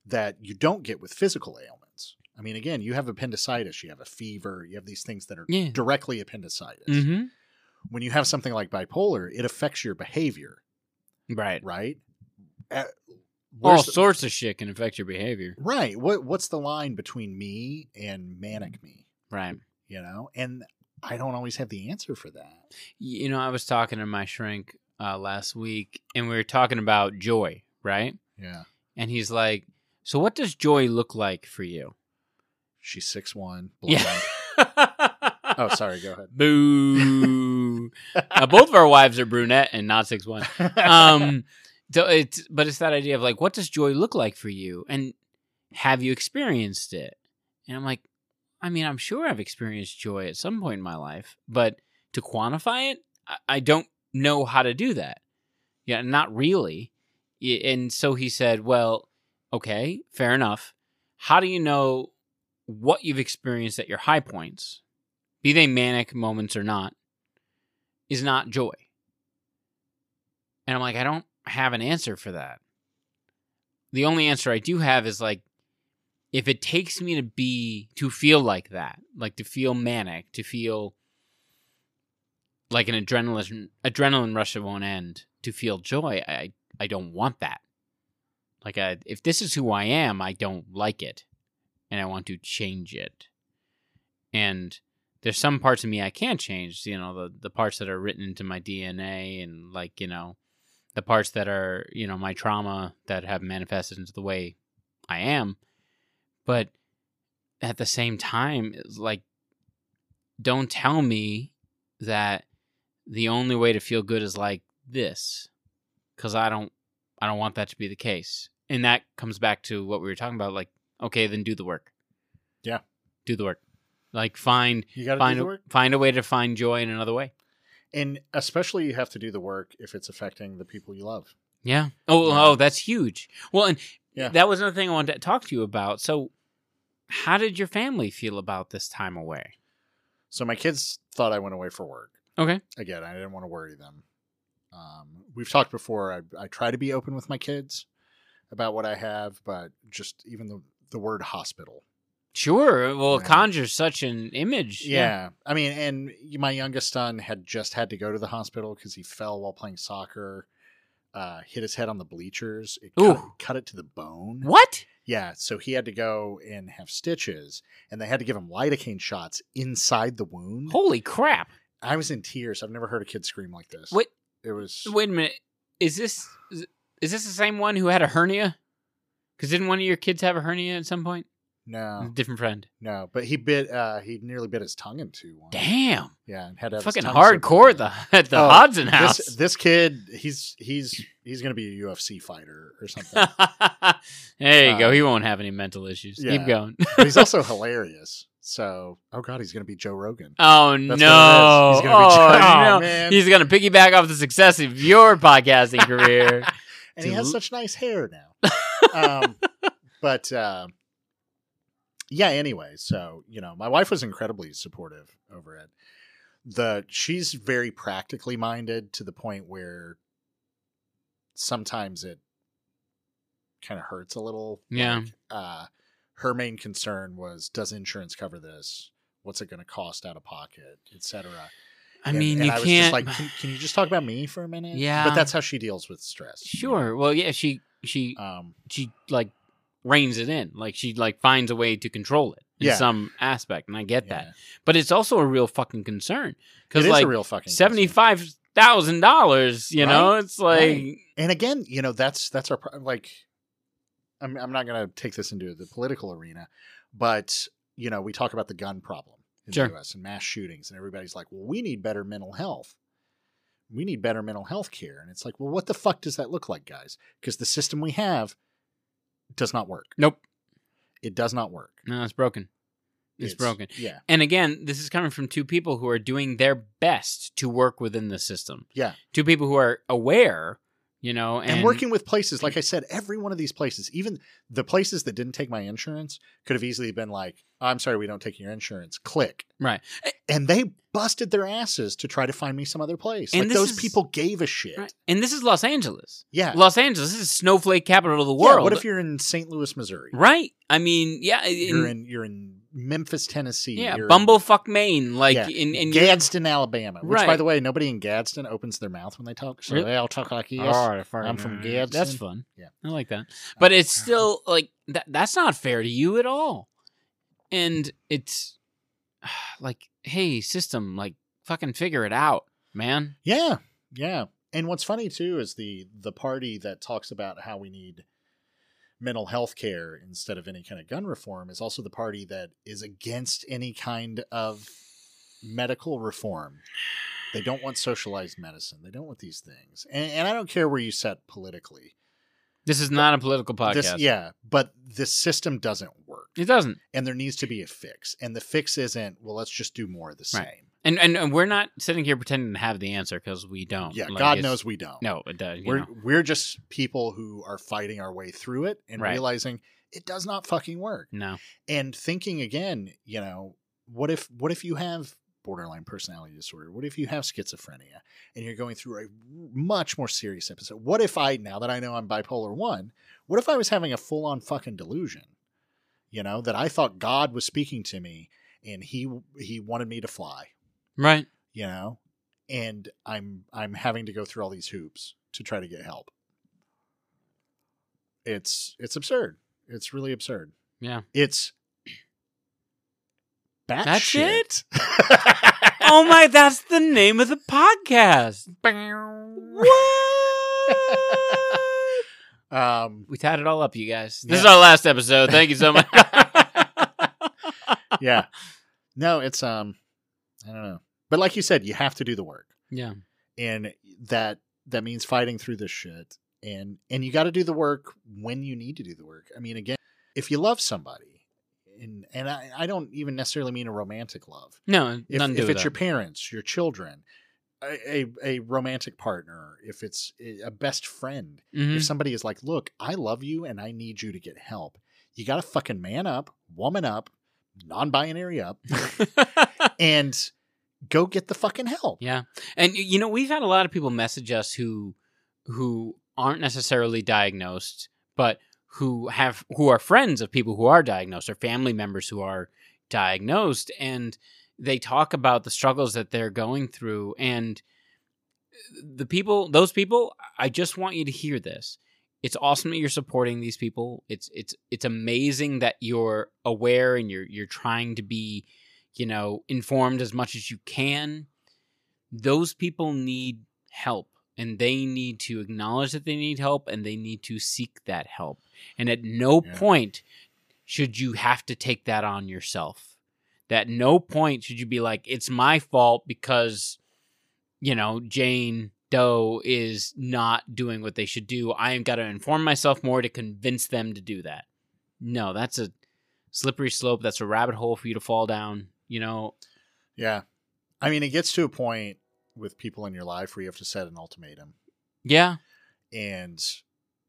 [SPEAKER 1] that you don't get with physical ailments i mean again you have appendicitis you have a fever you have these things that are
[SPEAKER 2] Yeah.
[SPEAKER 1] directly appendicitis
[SPEAKER 2] Mm-hmm.
[SPEAKER 1] when you have something like bipolar it affects your behavior
[SPEAKER 2] Right.
[SPEAKER 1] right? Uh,
[SPEAKER 2] All
[SPEAKER 1] where's the-
[SPEAKER 2] sorts of shit can affect your behavior.
[SPEAKER 1] right. What what's the line between me
[SPEAKER 2] Mm-hmm.
[SPEAKER 1] and manic me?
[SPEAKER 2] Right.
[SPEAKER 1] You know, and I don't always have the answer for that.
[SPEAKER 2] You know, I was talking to my shrink uh, last week, and we were talking about joy, right?
[SPEAKER 1] Yeah,
[SPEAKER 2] And he's like, "So, what does joy look like for you?"
[SPEAKER 1] she's six one.
[SPEAKER 2] Yeah.
[SPEAKER 1] oh, sorry. Go ahead.
[SPEAKER 2] Boo. Uh, both of our wives are brunette and not six one. Um, so it's but it's that idea of like, what does joy look like for you, and have you experienced it? And I'm like, I mean, I'm sure I've experienced joy at some point in my life, but to quantify it, I, I don't know how to do that. Yeah, not really. Y- And so he said, well, okay, fair enough. How do you know what you've experienced at your high points, be they manic moments or not, is not joy? And I'm like, I don't have an answer for that. The only answer I do have is like, if it takes me to be, to feel like that, like to feel manic, to feel like an adrenaline adrenaline rush that won't end, to feel joy, I I don't want that. Like, I, if this is who I am, I don't like it, and I want to change it. And there's some parts of me I can change, you know, the the parts that are written into my DNA, and like you know, the parts that are you know my trauma that have manifested into the way I am. But at the same time, it's like, don't tell me that the only way to feel good is like this, because I don't, I don't want that to be the case. And that comes back to what we were talking about. Like, okay, then do the work.
[SPEAKER 1] Yeah.
[SPEAKER 2] do the work. Like, find
[SPEAKER 1] You got to do
[SPEAKER 2] find
[SPEAKER 1] the
[SPEAKER 2] a,
[SPEAKER 1] work,
[SPEAKER 2] find a way to find joy in another way.
[SPEAKER 1] and especially you have to do the work if it's affecting the people you love.
[SPEAKER 2] Yeah. Oh,
[SPEAKER 1] Yeah.
[SPEAKER 2] oh, that's huge. Well, and
[SPEAKER 1] Yeah.
[SPEAKER 2] that was another thing I wanted to talk to you about. So, how did your family feel about this time away?
[SPEAKER 1] So my kids thought I went away for work.
[SPEAKER 2] Okay.
[SPEAKER 1] Again, I didn't want to worry them. Um, we've talked before. I, I try to be open with my kids about what I have, but just even the the word hospital
[SPEAKER 2] Sure. Well, it
[SPEAKER 1] Yeah.
[SPEAKER 2] conjures such an image.
[SPEAKER 1] Yeah. I mean, and y- my youngest son had just had to go to the hospital because he fell while playing soccer, uh, hit his head on the bleachers. It cut,
[SPEAKER 2] Ooh.
[SPEAKER 1] cut it to the bone.
[SPEAKER 2] What?
[SPEAKER 1] Yeah. So he had to go and have stitches, and they had to give him lidocaine shots inside the wound.
[SPEAKER 2] Holy crap!
[SPEAKER 1] I was in tears. I've never heard a kid scream like this.
[SPEAKER 2] Wait.
[SPEAKER 1] It was.
[SPEAKER 2] Wait a minute. Is this is this the same one who had a hernia? Because didn't one of your kids have a hernia at some point?
[SPEAKER 1] No,
[SPEAKER 2] Different friend.
[SPEAKER 1] no, but he bit. Uh, he nearly bit his tongue in two. Once.
[SPEAKER 2] Damn.
[SPEAKER 1] Yeah, and had to have his
[SPEAKER 2] Fucking
[SPEAKER 1] tongue
[SPEAKER 2] hardcore
[SPEAKER 1] separated.
[SPEAKER 2] at the, at the
[SPEAKER 1] Oh,
[SPEAKER 2] Hodson house.
[SPEAKER 1] This, this kid, he's he's he's gonna be a UFC fighter or something.
[SPEAKER 2] there you go.
[SPEAKER 1] Um,
[SPEAKER 2] He won't have any mental issues.
[SPEAKER 1] yeah.
[SPEAKER 2] Keep going.
[SPEAKER 1] but he's also hilarious. So, oh god, he's gonna be Joe Rogan.
[SPEAKER 2] oh no!
[SPEAKER 1] That's what it is. He's gonna be
[SPEAKER 2] oh,
[SPEAKER 1] Joe-
[SPEAKER 2] no.
[SPEAKER 1] man.
[SPEAKER 2] He's gonna piggyback off the success of your podcasting career.
[SPEAKER 1] and he has
[SPEAKER 2] Del-
[SPEAKER 1] such nice hair now. um, but uh, yeah, anyway, so you know, my wife was incredibly supportive over it. The she's very practically minded to the point where sometimes it kind of hurts a little.
[SPEAKER 2] Yeah.
[SPEAKER 1] Uh, her main concern was, does insurance cover this? What's it going to cost out of pocket, etc.
[SPEAKER 2] I mean, you
[SPEAKER 1] I was
[SPEAKER 2] can't.
[SPEAKER 1] Just like, can, can you just talk about me for a minute?
[SPEAKER 2] Yeah.
[SPEAKER 1] but that's how she deals with stress.
[SPEAKER 2] sure. Well, yeah. She she
[SPEAKER 1] Um,
[SPEAKER 2] she like reins it in. Like she like finds a way to control it in
[SPEAKER 1] Yeah.
[SPEAKER 2] some aspect, and I get
[SPEAKER 1] yeah.
[SPEAKER 2] that. But it's also a real fucking concern
[SPEAKER 1] It
[SPEAKER 2] because
[SPEAKER 1] is
[SPEAKER 2] like
[SPEAKER 1] a real fucking
[SPEAKER 2] seventy five thousand dollars. You know, it's like.
[SPEAKER 1] Right. concern. And again, you know, that's that's our pro- like. I'm I'm not gonna take this into the political arena, but you know, we talk about the gun problem in
[SPEAKER 2] Sure.
[SPEAKER 1] the U.S. and mass shootings, and everybody's like, "Well, we need better mental health. We need better mental health care." And it's like, "Well, what the fuck does that look like, guys? Because the system we have does not work.
[SPEAKER 2] Nope.
[SPEAKER 1] It does not work.
[SPEAKER 2] No, it's broken. It's, broken.
[SPEAKER 1] Yeah,
[SPEAKER 2] And again, this is coming from two people who are doing their best to work within the system.
[SPEAKER 1] Yeah.
[SPEAKER 2] Two people who are aware, you know, and,
[SPEAKER 1] and working with places, like I said, every one of these places, even the places that didn't take my insurance, could have easily been like, "I'm sorry, we don't take your insurance." Click.
[SPEAKER 2] right.
[SPEAKER 1] and they busted their asses to try to find me some other place.
[SPEAKER 2] And
[SPEAKER 1] like
[SPEAKER 2] this
[SPEAKER 1] those
[SPEAKER 2] is-
[SPEAKER 1] people gave a shit.
[SPEAKER 2] right. And this is Los Angeles.
[SPEAKER 1] Yeah.
[SPEAKER 2] Los Angeles this is snowflake capital of the
[SPEAKER 1] Yeah,
[SPEAKER 2] world.
[SPEAKER 1] What if you're in St. Louis, Missouri?
[SPEAKER 2] right? I mean, yeah,
[SPEAKER 1] You're
[SPEAKER 2] in-
[SPEAKER 1] in you're in Memphis, Tennessee.
[SPEAKER 2] yeah,
[SPEAKER 1] you're
[SPEAKER 2] bumblefuck Maine, like
[SPEAKER 1] yeah,
[SPEAKER 2] in in
[SPEAKER 1] Gadsden, Alabama. Which, by
[SPEAKER 2] Right.
[SPEAKER 1] the way, nobody in Gadsden opens their mouth when they talk, so
[SPEAKER 2] Really? Ah.
[SPEAKER 1] they all talk like E this.
[SPEAKER 2] Alright, fine.
[SPEAKER 1] I'm from
[SPEAKER 2] That's
[SPEAKER 1] Gadsden.
[SPEAKER 2] fun.
[SPEAKER 1] Yeah.
[SPEAKER 2] I like that. But it's still like that. That's not fair to you at all. And it's like, hey, system, like fucking figure it out, man.
[SPEAKER 1] Yeah, yeah. And what's funny too is the the party that talks about how we need mental health care instead of any kind of gun reform is also the party that is against any kind of medical reform. They don't want socialized medicine. They don't want these things. And, and I don't care where you set politically.
[SPEAKER 2] This is not a political podcast.
[SPEAKER 1] This, yeah, but this system doesn't work,
[SPEAKER 2] It doesn't.
[SPEAKER 1] and there needs to be a fix. And the fix isn't well. Let's just do more of the same.
[SPEAKER 2] Right. And, and and we're not sitting here pretending to have the answer because we don't.
[SPEAKER 1] Yeah,
[SPEAKER 2] Like,
[SPEAKER 1] God
[SPEAKER 2] it's-
[SPEAKER 1] knows we don't.
[SPEAKER 2] No, it does. You
[SPEAKER 1] We're
[SPEAKER 2] know.
[SPEAKER 1] we're just people who are fighting our way through it and
[SPEAKER 2] Right. Mm.
[SPEAKER 1] realizing it does not fucking work.
[SPEAKER 2] No.
[SPEAKER 1] And thinking again, you know, what if what if you have borderline personality disorder? What if you have schizophrenia and you're going through a much more serious episode? What if I now that I know I'm bipolar 1, what if I was having a full-on fucking delusion? You know, that I thought God was speaking to me and he he wanted me to fly
[SPEAKER 2] Right.
[SPEAKER 1] you know and i'm i'm having to go through all these hoops to try to get help it's it's absurd it's really absurd
[SPEAKER 2] Yeah.
[SPEAKER 1] it's bat
[SPEAKER 2] That's
[SPEAKER 1] shit.
[SPEAKER 2] oh my! That's the name of the podcast.
[SPEAKER 1] um
[SPEAKER 2] We tied it all up, you guys. This
[SPEAKER 1] Yeah.
[SPEAKER 2] is our last episode. Thank you so much.
[SPEAKER 1] yeah no it's um i don't know but like you said you have to do the work
[SPEAKER 2] yeah.
[SPEAKER 1] and that that means fighting through this shit and and you got to do the work when you need to do the work i mean again if you love somebody and and i, I don't even necessarily mean a romantic love
[SPEAKER 2] No,
[SPEAKER 1] if,
[SPEAKER 2] none
[SPEAKER 1] if
[SPEAKER 2] do
[SPEAKER 1] it's
[SPEAKER 2] that.
[SPEAKER 1] your parents your children a, a, a romantic partner if it's a a best friend
[SPEAKER 2] Mhm.
[SPEAKER 1] if somebody is like look i love you and i need you to get help you got to fucking man up woman up non-binary up and go get the fucking help
[SPEAKER 2] yeah. And y- you know, we've had a lot of people message us who who aren't necessarily diagnosed, but who have who are friends of people who are diagnosed or family members who are diagnosed and they talk about the struggles that they're going through and uh, the people those people I just want you to hear this. It's awesome that you're supporting these people. It's it's it's amazing that you're aware and you're you're trying to be, you know, informed as much as you can. Those people need help and they need to acknowledge that they need help and they need to seek that help. And at no
[SPEAKER 1] Yeah.
[SPEAKER 2] point should you have to take that on yourself. That no point should you be like, it's my fault because, you know, Jane Doe is not doing what they should do. I am got to inform myself more to convince them to do that. No, that's a slippery slope. That's a rabbit hole for you to fall down. You know,
[SPEAKER 1] Yeah. I mean, it gets to a point with people in your life where you have to set an ultimatum
[SPEAKER 2] yeah,
[SPEAKER 1] and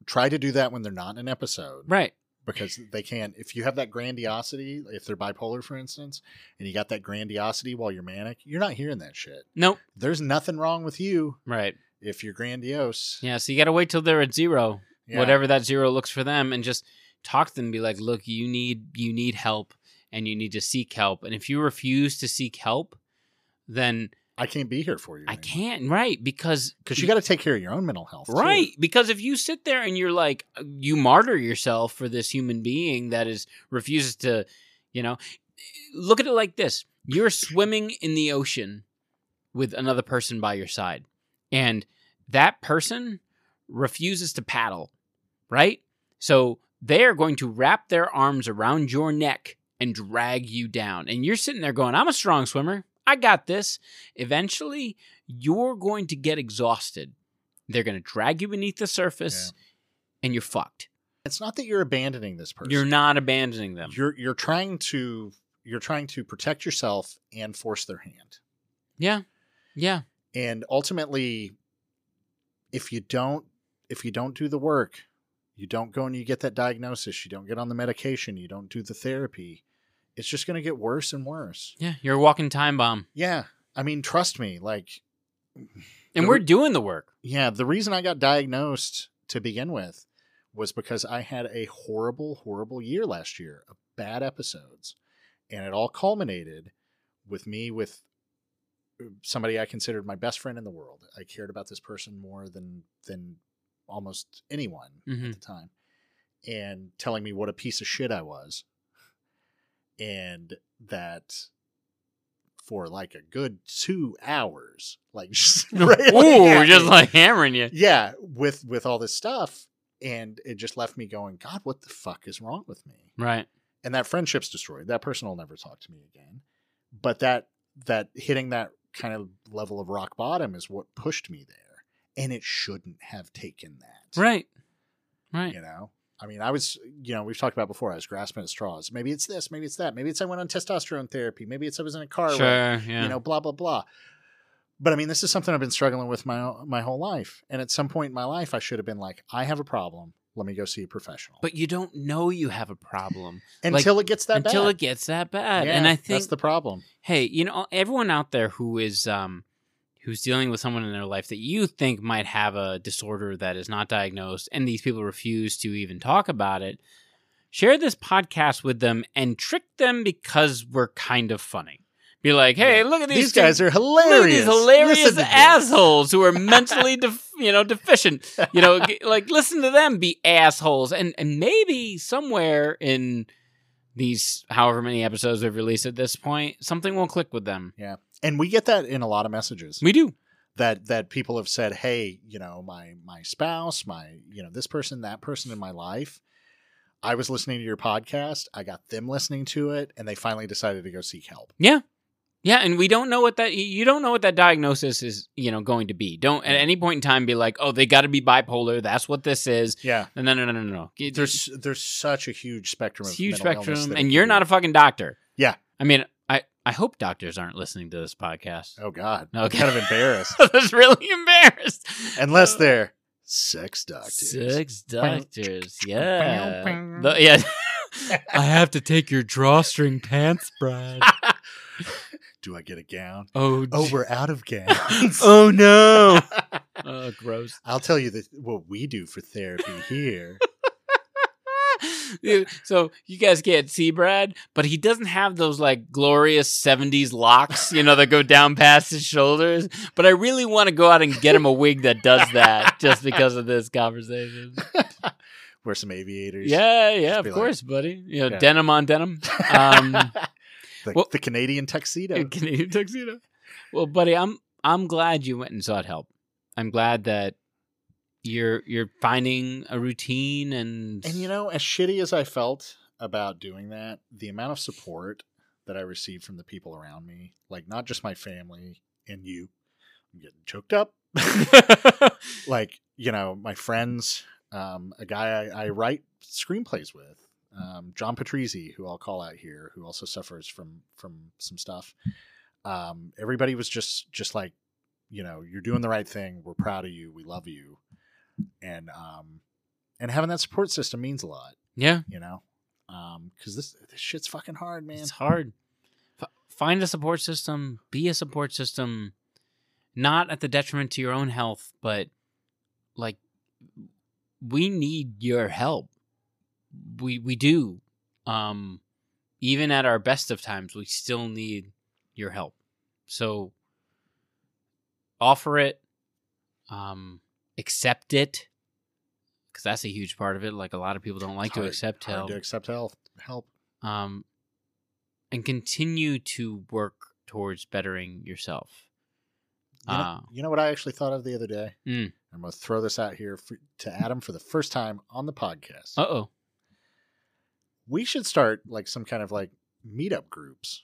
[SPEAKER 1] try to do that when they're not in an episode.
[SPEAKER 2] right.
[SPEAKER 1] Because they can't, if you have that grandiosity, if they're bipolar, for instance, and you got that grandiosity while you're manic, you're not hearing that shit.
[SPEAKER 2] Nope.
[SPEAKER 1] There's nothing wrong with you
[SPEAKER 2] Right.
[SPEAKER 1] if you're grandiose.
[SPEAKER 2] Yeah. So you got to wait till they're at zero.
[SPEAKER 1] Yeah.
[SPEAKER 2] whatever that zero looks for them and just talk to them and be like look you need you need help and you need to seek help and if you refuse to seek help then
[SPEAKER 1] I can't be here for you.
[SPEAKER 2] i can't right because
[SPEAKER 1] Because you got to take care of your own mental health. too.
[SPEAKER 2] right because if you sit there and you're like uh, you martyr yourself for this human being that is refuses to you know look at it like this you're swimming in the ocean with another person by your side and that person refuses to paddle right so they are going to wrap their arms around your neck and drag you down and you're sitting there going i'm a strong swimmer i got this eventually you're going to get exhausted they're going to drag you beneath the surface and you're fucked
[SPEAKER 1] It's not that you're abandoning this person.
[SPEAKER 2] you're not abandoning them
[SPEAKER 1] You're you're trying to you're trying to protect yourself and force their hand.
[SPEAKER 2] yeah yeah
[SPEAKER 1] and ultimately if you don't if you don't do the work you don't go and you get that diagnosis you don't get on the medication you don't do the therapy it's just going to get worse and worse
[SPEAKER 2] yeah you're a walking time bomb
[SPEAKER 1] yeah i mean trust me like
[SPEAKER 2] and
[SPEAKER 1] The-
[SPEAKER 2] we're doing the work
[SPEAKER 1] yeah the reason i got diagnosed to begin with was because i had a horrible horrible year last year of bad episodes and it all culminated with me with uh, somebody I considered my best friend in the world. I cared about this person more than than almost anyone
[SPEAKER 2] Mhm.
[SPEAKER 1] at the time, and telling me what a piece of shit I was, and that for like a good two hours, like just railing
[SPEAKER 2] Ooh,
[SPEAKER 1] at
[SPEAKER 2] just
[SPEAKER 1] me.
[SPEAKER 2] like hammering you.
[SPEAKER 1] yeah, with with all this stuff, and it just left me going, God, what the fuck is wrong with me?
[SPEAKER 2] Right.
[SPEAKER 1] and that friendship's destroyed. That person will never talk to me again. But that that hitting that kind of level of rock bottom is what pushed me there, and it shouldn't have taken that.
[SPEAKER 2] Right. Right.
[SPEAKER 1] You know, I mean, I was, you know, we've talked about before. I was grasping at straws. Maybe it's this. Maybe it's that. Maybe it's I went on testosterone therapy. Maybe it's I was in a car
[SPEAKER 2] Sure.
[SPEAKER 1] wreck.
[SPEAKER 2] yeah.
[SPEAKER 1] You know, blah blah blah. But I mean, this is something I've been struggling with my my whole life. And at some point in my life, I should have been like, I have a problem. Let me go see a professional.
[SPEAKER 2] but you don't know you have a problem like,
[SPEAKER 1] until it gets that
[SPEAKER 2] until
[SPEAKER 1] bad.
[SPEAKER 2] it gets that bad.
[SPEAKER 1] Yeah,
[SPEAKER 2] and I think
[SPEAKER 1] that's the problem.
[SPEAKER 2] hey, you know, everyone out there who is um who's dealing with someone in their life that you think might have a disorder that is not diagnosed and these people refuse to even talk about it, share this podcast with them and trick them because we're kind of funny. Be like, hey,
[SPEAKER 1] Yeah.
[SPEAKER 2] look at
[SPEAKER 1] These
[SPEAKER 2] these,
[SPEAKER 1] guys are
[SPEAKER 2] Look at
[SPEAKER 1] hilarious.
[SPEAKER 2] these hilarious
[SPEAKER 1] Listen to this.
[SPEAKER 2] assholes who are mentally, def- you know, deficient. You know, g- like listen to them be assholes, and and maybe somewhere in these however many episodes we've released at this point, something will click with them.
[SPEAKER 1] And we get that in a lot of messages
[SPEAKER 2] We do,
[SPEAKER 1] that that people have said, "Hey, you know, my my spouse, my you know, this person, that person in my life, I was listening to your podcast, I got them listening to it, and they finally decided to go seek help."
[SPEAKER 2] yeah, yeah, and we don't know what that you- you don't know what that diagnosis is, you know, going to be. Don't at any point in time be like, oh, they got to be bipolar. That's what this is.
[SPEAKER 1] Yeah.
[SPEAKER 2] No, no, no, no, no, no. It-
[SPEAKER 1] There's there's such a huge spectrum
[SPEAKER 2] It's
[SPEAKER 1] of
[SPEAKER 2] huge
[SPEAKER 1] mental illness
[SPEAKER 2] spectrum,
[SPEAKER 1] that it
[SPEAKER 2] and
[SPEAKER 1] could
[SPEAKER 2] you're
[SPEAKER 1] be.
[SPEAKER 2] not a fucking doctor.
[SPEAKER 1] Yeah.
[SPEAKER 2] I mean, I I hope doctors aren't listening to this podcast.
[SPEAKER 1] Oh god.
[SPEAKER 2] No,
[SPEAKER 1] I'm
[SPEAKER 2] okay. Uh,
[SPEAKER 1] kind of embarrassed.
[SPEAKER 2] I was really embarrassed.
[SPEAKER 1] Unless they're sex doctors.
[SPEAKER 2] Six doctors, yeah, The- yeah. I have to take your drawstring pants, Brad.
[SPEAKER 1] Do I get a gown?
[SPEAKER 2] Oh,
[SPEAKER 1] Oh,
[SPEAKER 2] gee.
[SPEAKER 1] we're out of gowns.
[SPEAKER 2] oh no. oh, gross.
[SPEAKER 1] I'll tell you the, what we do for therapy here.
[SPEAKER 2] Dude, so you guys can't see Brad, but he doesn't have those like glorious '70s locks, you know, that go down past his shoulders. But I really want to go out and get him a wig that does that, just because of this conversation.
[SPEAKER 1] Wear some aviators.
[SPEAKER 2] Yeah, yeah, of
[SPEAKER 1] be like-
[SPEAKER 2] course, buddy. You know,
[SPEAKER 1] Yeah.
[SPEAKER 2] denim on denim. Um,
[SPEAKER 1] the,
[SPEAKER 2] well-
[SPEAKER 1] the Canadian tuxedo.
[SPEAKER 2] Canadian tuxedo. Well, buddy, I'm I'm glad you went and sought help. I'm glad that you're you're finding a routine and
[SPEAKER 1] And you know, as shitty as I felt about doing that, the amount of support that I received from the people around me, like not just my family and you, I'm getting choked up. like, you know, my friends, um, a guy I, I write screenplays with, um, John Patrese, who I'll call out here, who also suffers from from some stuff. Um, everybody was just just like, you know, you're doing the right thing. We're proud of you. We love you, and um, and having that support system means a lot.
[SPEAKER 2] yeah,
[SPEAKER 1] You know, um, because this this shit's fucking hard, man.
[SPEAKER 2] it's hard. F- find a support system. Be a support system, not at the detriment to your own health, but like we need your help. We we do. Um, even at our best of times, we still need your help. So offer it, um, accept it, because that's a huge part of it. Like a lot of people don't like
[SPEAKER 1] It's
[SPEAKER 2] to
[SPEAKER 1] hard-
[SPEAKER 2] accept
[SPEAKER 1] hard
[SPEAKER 2] help
[SPEAKER 1] to accept help. Help.
[SPEAKER 2] um, and continue to work towards bettering yourself.
[SPEAKER 1] You know,
[SPEAKER 2] Ah.
[SPEAKER 1] you know what I actually thought of the other day?
[SPEAKER 2] Mm.
[SPEAKER 1] I'm gonna throw this out here for, to Adam for the first time on the podcast.
[SPEAKER 2] Uh oh.
[SPEAKER 1] we should start like some kind of like meetup groups.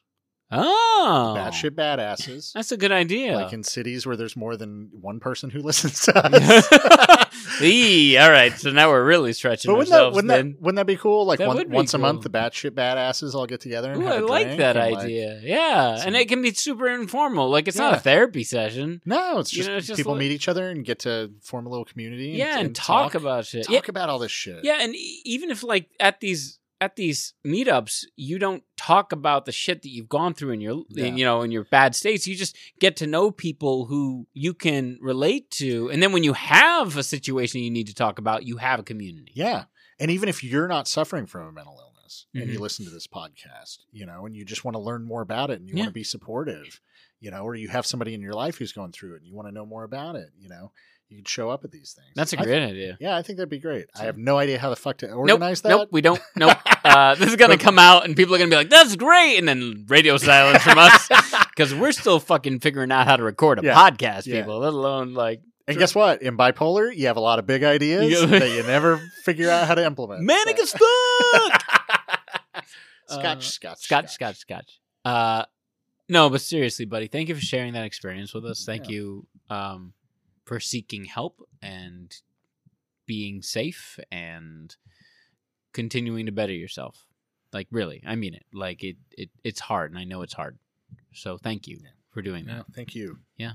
[SPEAKER 2] Oh,
[SPEAKER 1] Batshit badasses.
[SPEAKER 2] that's a good idea.
[SPEAKER 1] Like in cities where there's more than one person who listens to us.
[SPEAKER 2] Eee, all right, so now we're really stretching
[SPEAKER 1] but wouldn't that,
[SPEAKER 2] ourselves.
[SPEAKER 1] wouldn't, that,
[SPEAKER 2] then.
[SPEAKER 1] wouldn't that be cool? Like
[SPEAKER 2] That
[SPEAKER 1] one,
[SPEAKER 2] would be
[SPEAKER 1] once a month,
[SPEAKER 2] cool.
[SPEAKER 1] the batshit badasses all get together and
[SPEAKER 2] Ooh,
[SPEAKER 1] have
[SPEAKER 2] I
[SPEAKER 1] a
[SPEAKER 2] like
[SPEAKER 1] drink
[SPEAKER 2] that
[SPEAKER 1] and, like-
[SPEAKER 2] idea. yeah,
[SPEAKER 1] some-
[SPEAKER 2] and it can be super informal. Like it's not
[SPEAKER 1] Yeah.
[SPEAKER 2] a therapy session.
[SPEAKER 1] no, it's
[SPEAKER 2] You
[SPEAKER 1] just,
[SPEAKER 2] know, it's just
[SPEAKER 1] people
[SPEAKER 2] like-
[SPEAKER 1] meet each other and get to form a little community.
[SPEAKER 2] Yeah, and, talk, about shit.
[SPEAKER 1] talk
[SPEAKER 2] yeah,
[SPEAKER 1] about all this shit.
[SPEAKER 2] Yeah, and e- even if like at these at these meetups, you don't talk about the shit that you've gone through in your
[SPEAKER 1] Yeah.
[SPEAKER 2] in, you know in your bad states. You just get to know people who you can relate to, and then when you have a situation you need to talk about, you have a community.
[SPEAKER 1] Yeah. And even if you're not suffering from a mental illness and you
[SPEAKER 2] Mhm.
[SPEAKER 1] listen to this podcast, you know, and you just want to learn more about it and you want
[SPEAKER 2] Yeah.
[SPEAKER 1] to be supportive, you know, or you have somebody in your life who's going through it and you want to know more about it, you know, you could show up at these things.
[SPEAKER 2] That's a
[SPEAKER 1] I th-
[SPEAKER 2] great idea.
[SPEAKER 1] yeah, I think that'd be great. I
[SPEAKER 2] So-
[SPEAKER 1] have no idea how the fuck to
[SPEAKER 2] Nope,
[SPEAKER 1] organize that.
[SPEAKER 2] nope, we don't. Nope, uh, this is gonna come out, and people are gonna be like, "That's great," and then radio silence from us because we're still fucking figuring out how to record a
[SPEAKER 1] Yeah.
[SPEAKER 2] podcast,
[SPEAKER 1] Yeah.
[SPEAKER 2] people. Let alone like
[SPEAKER 1] And guess what? In bipolar, you have a lot of big ideas
[SPEAKER 2] You-
[SPEAKER 1] that you never figure out how to implement.
[SPEAKER 2] manic
[SPEAKER 1] So-
[SPEAKER 2] as fuck. Uh,
[SPEAKER 1] Scotch, Scotch,
[SPEAKER 2] Scotch, Scotch, Scotch. Uh, no, but seriously, buddy, thank you for sharing that experience with us. Thank
[SPEAKER 1] Yeah.
[SPEAKER 2] you um, for seeking help and being safe and continuing to better yourself. Like really, I mean it. Like it, it it's hard, and I know it's hard. So thank you
[SPEAKER 1] Yeah.
[SPEAKER 2] for doing
[SPEAKER 1] Yeah,
[SPEAKER 2] that.
[SPEAKER 1] thank you.
[SPEAKER 2] Yeah.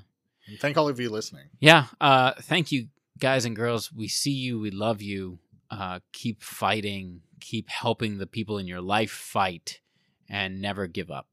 [SPEAKER 1] And thank all of you listening.
[SPEAKER 2] Yeah. Uh, thank you, guys and girls. We see you. We love you. Uh, keep fighting. Keep helping the people in your life fight, and never give up.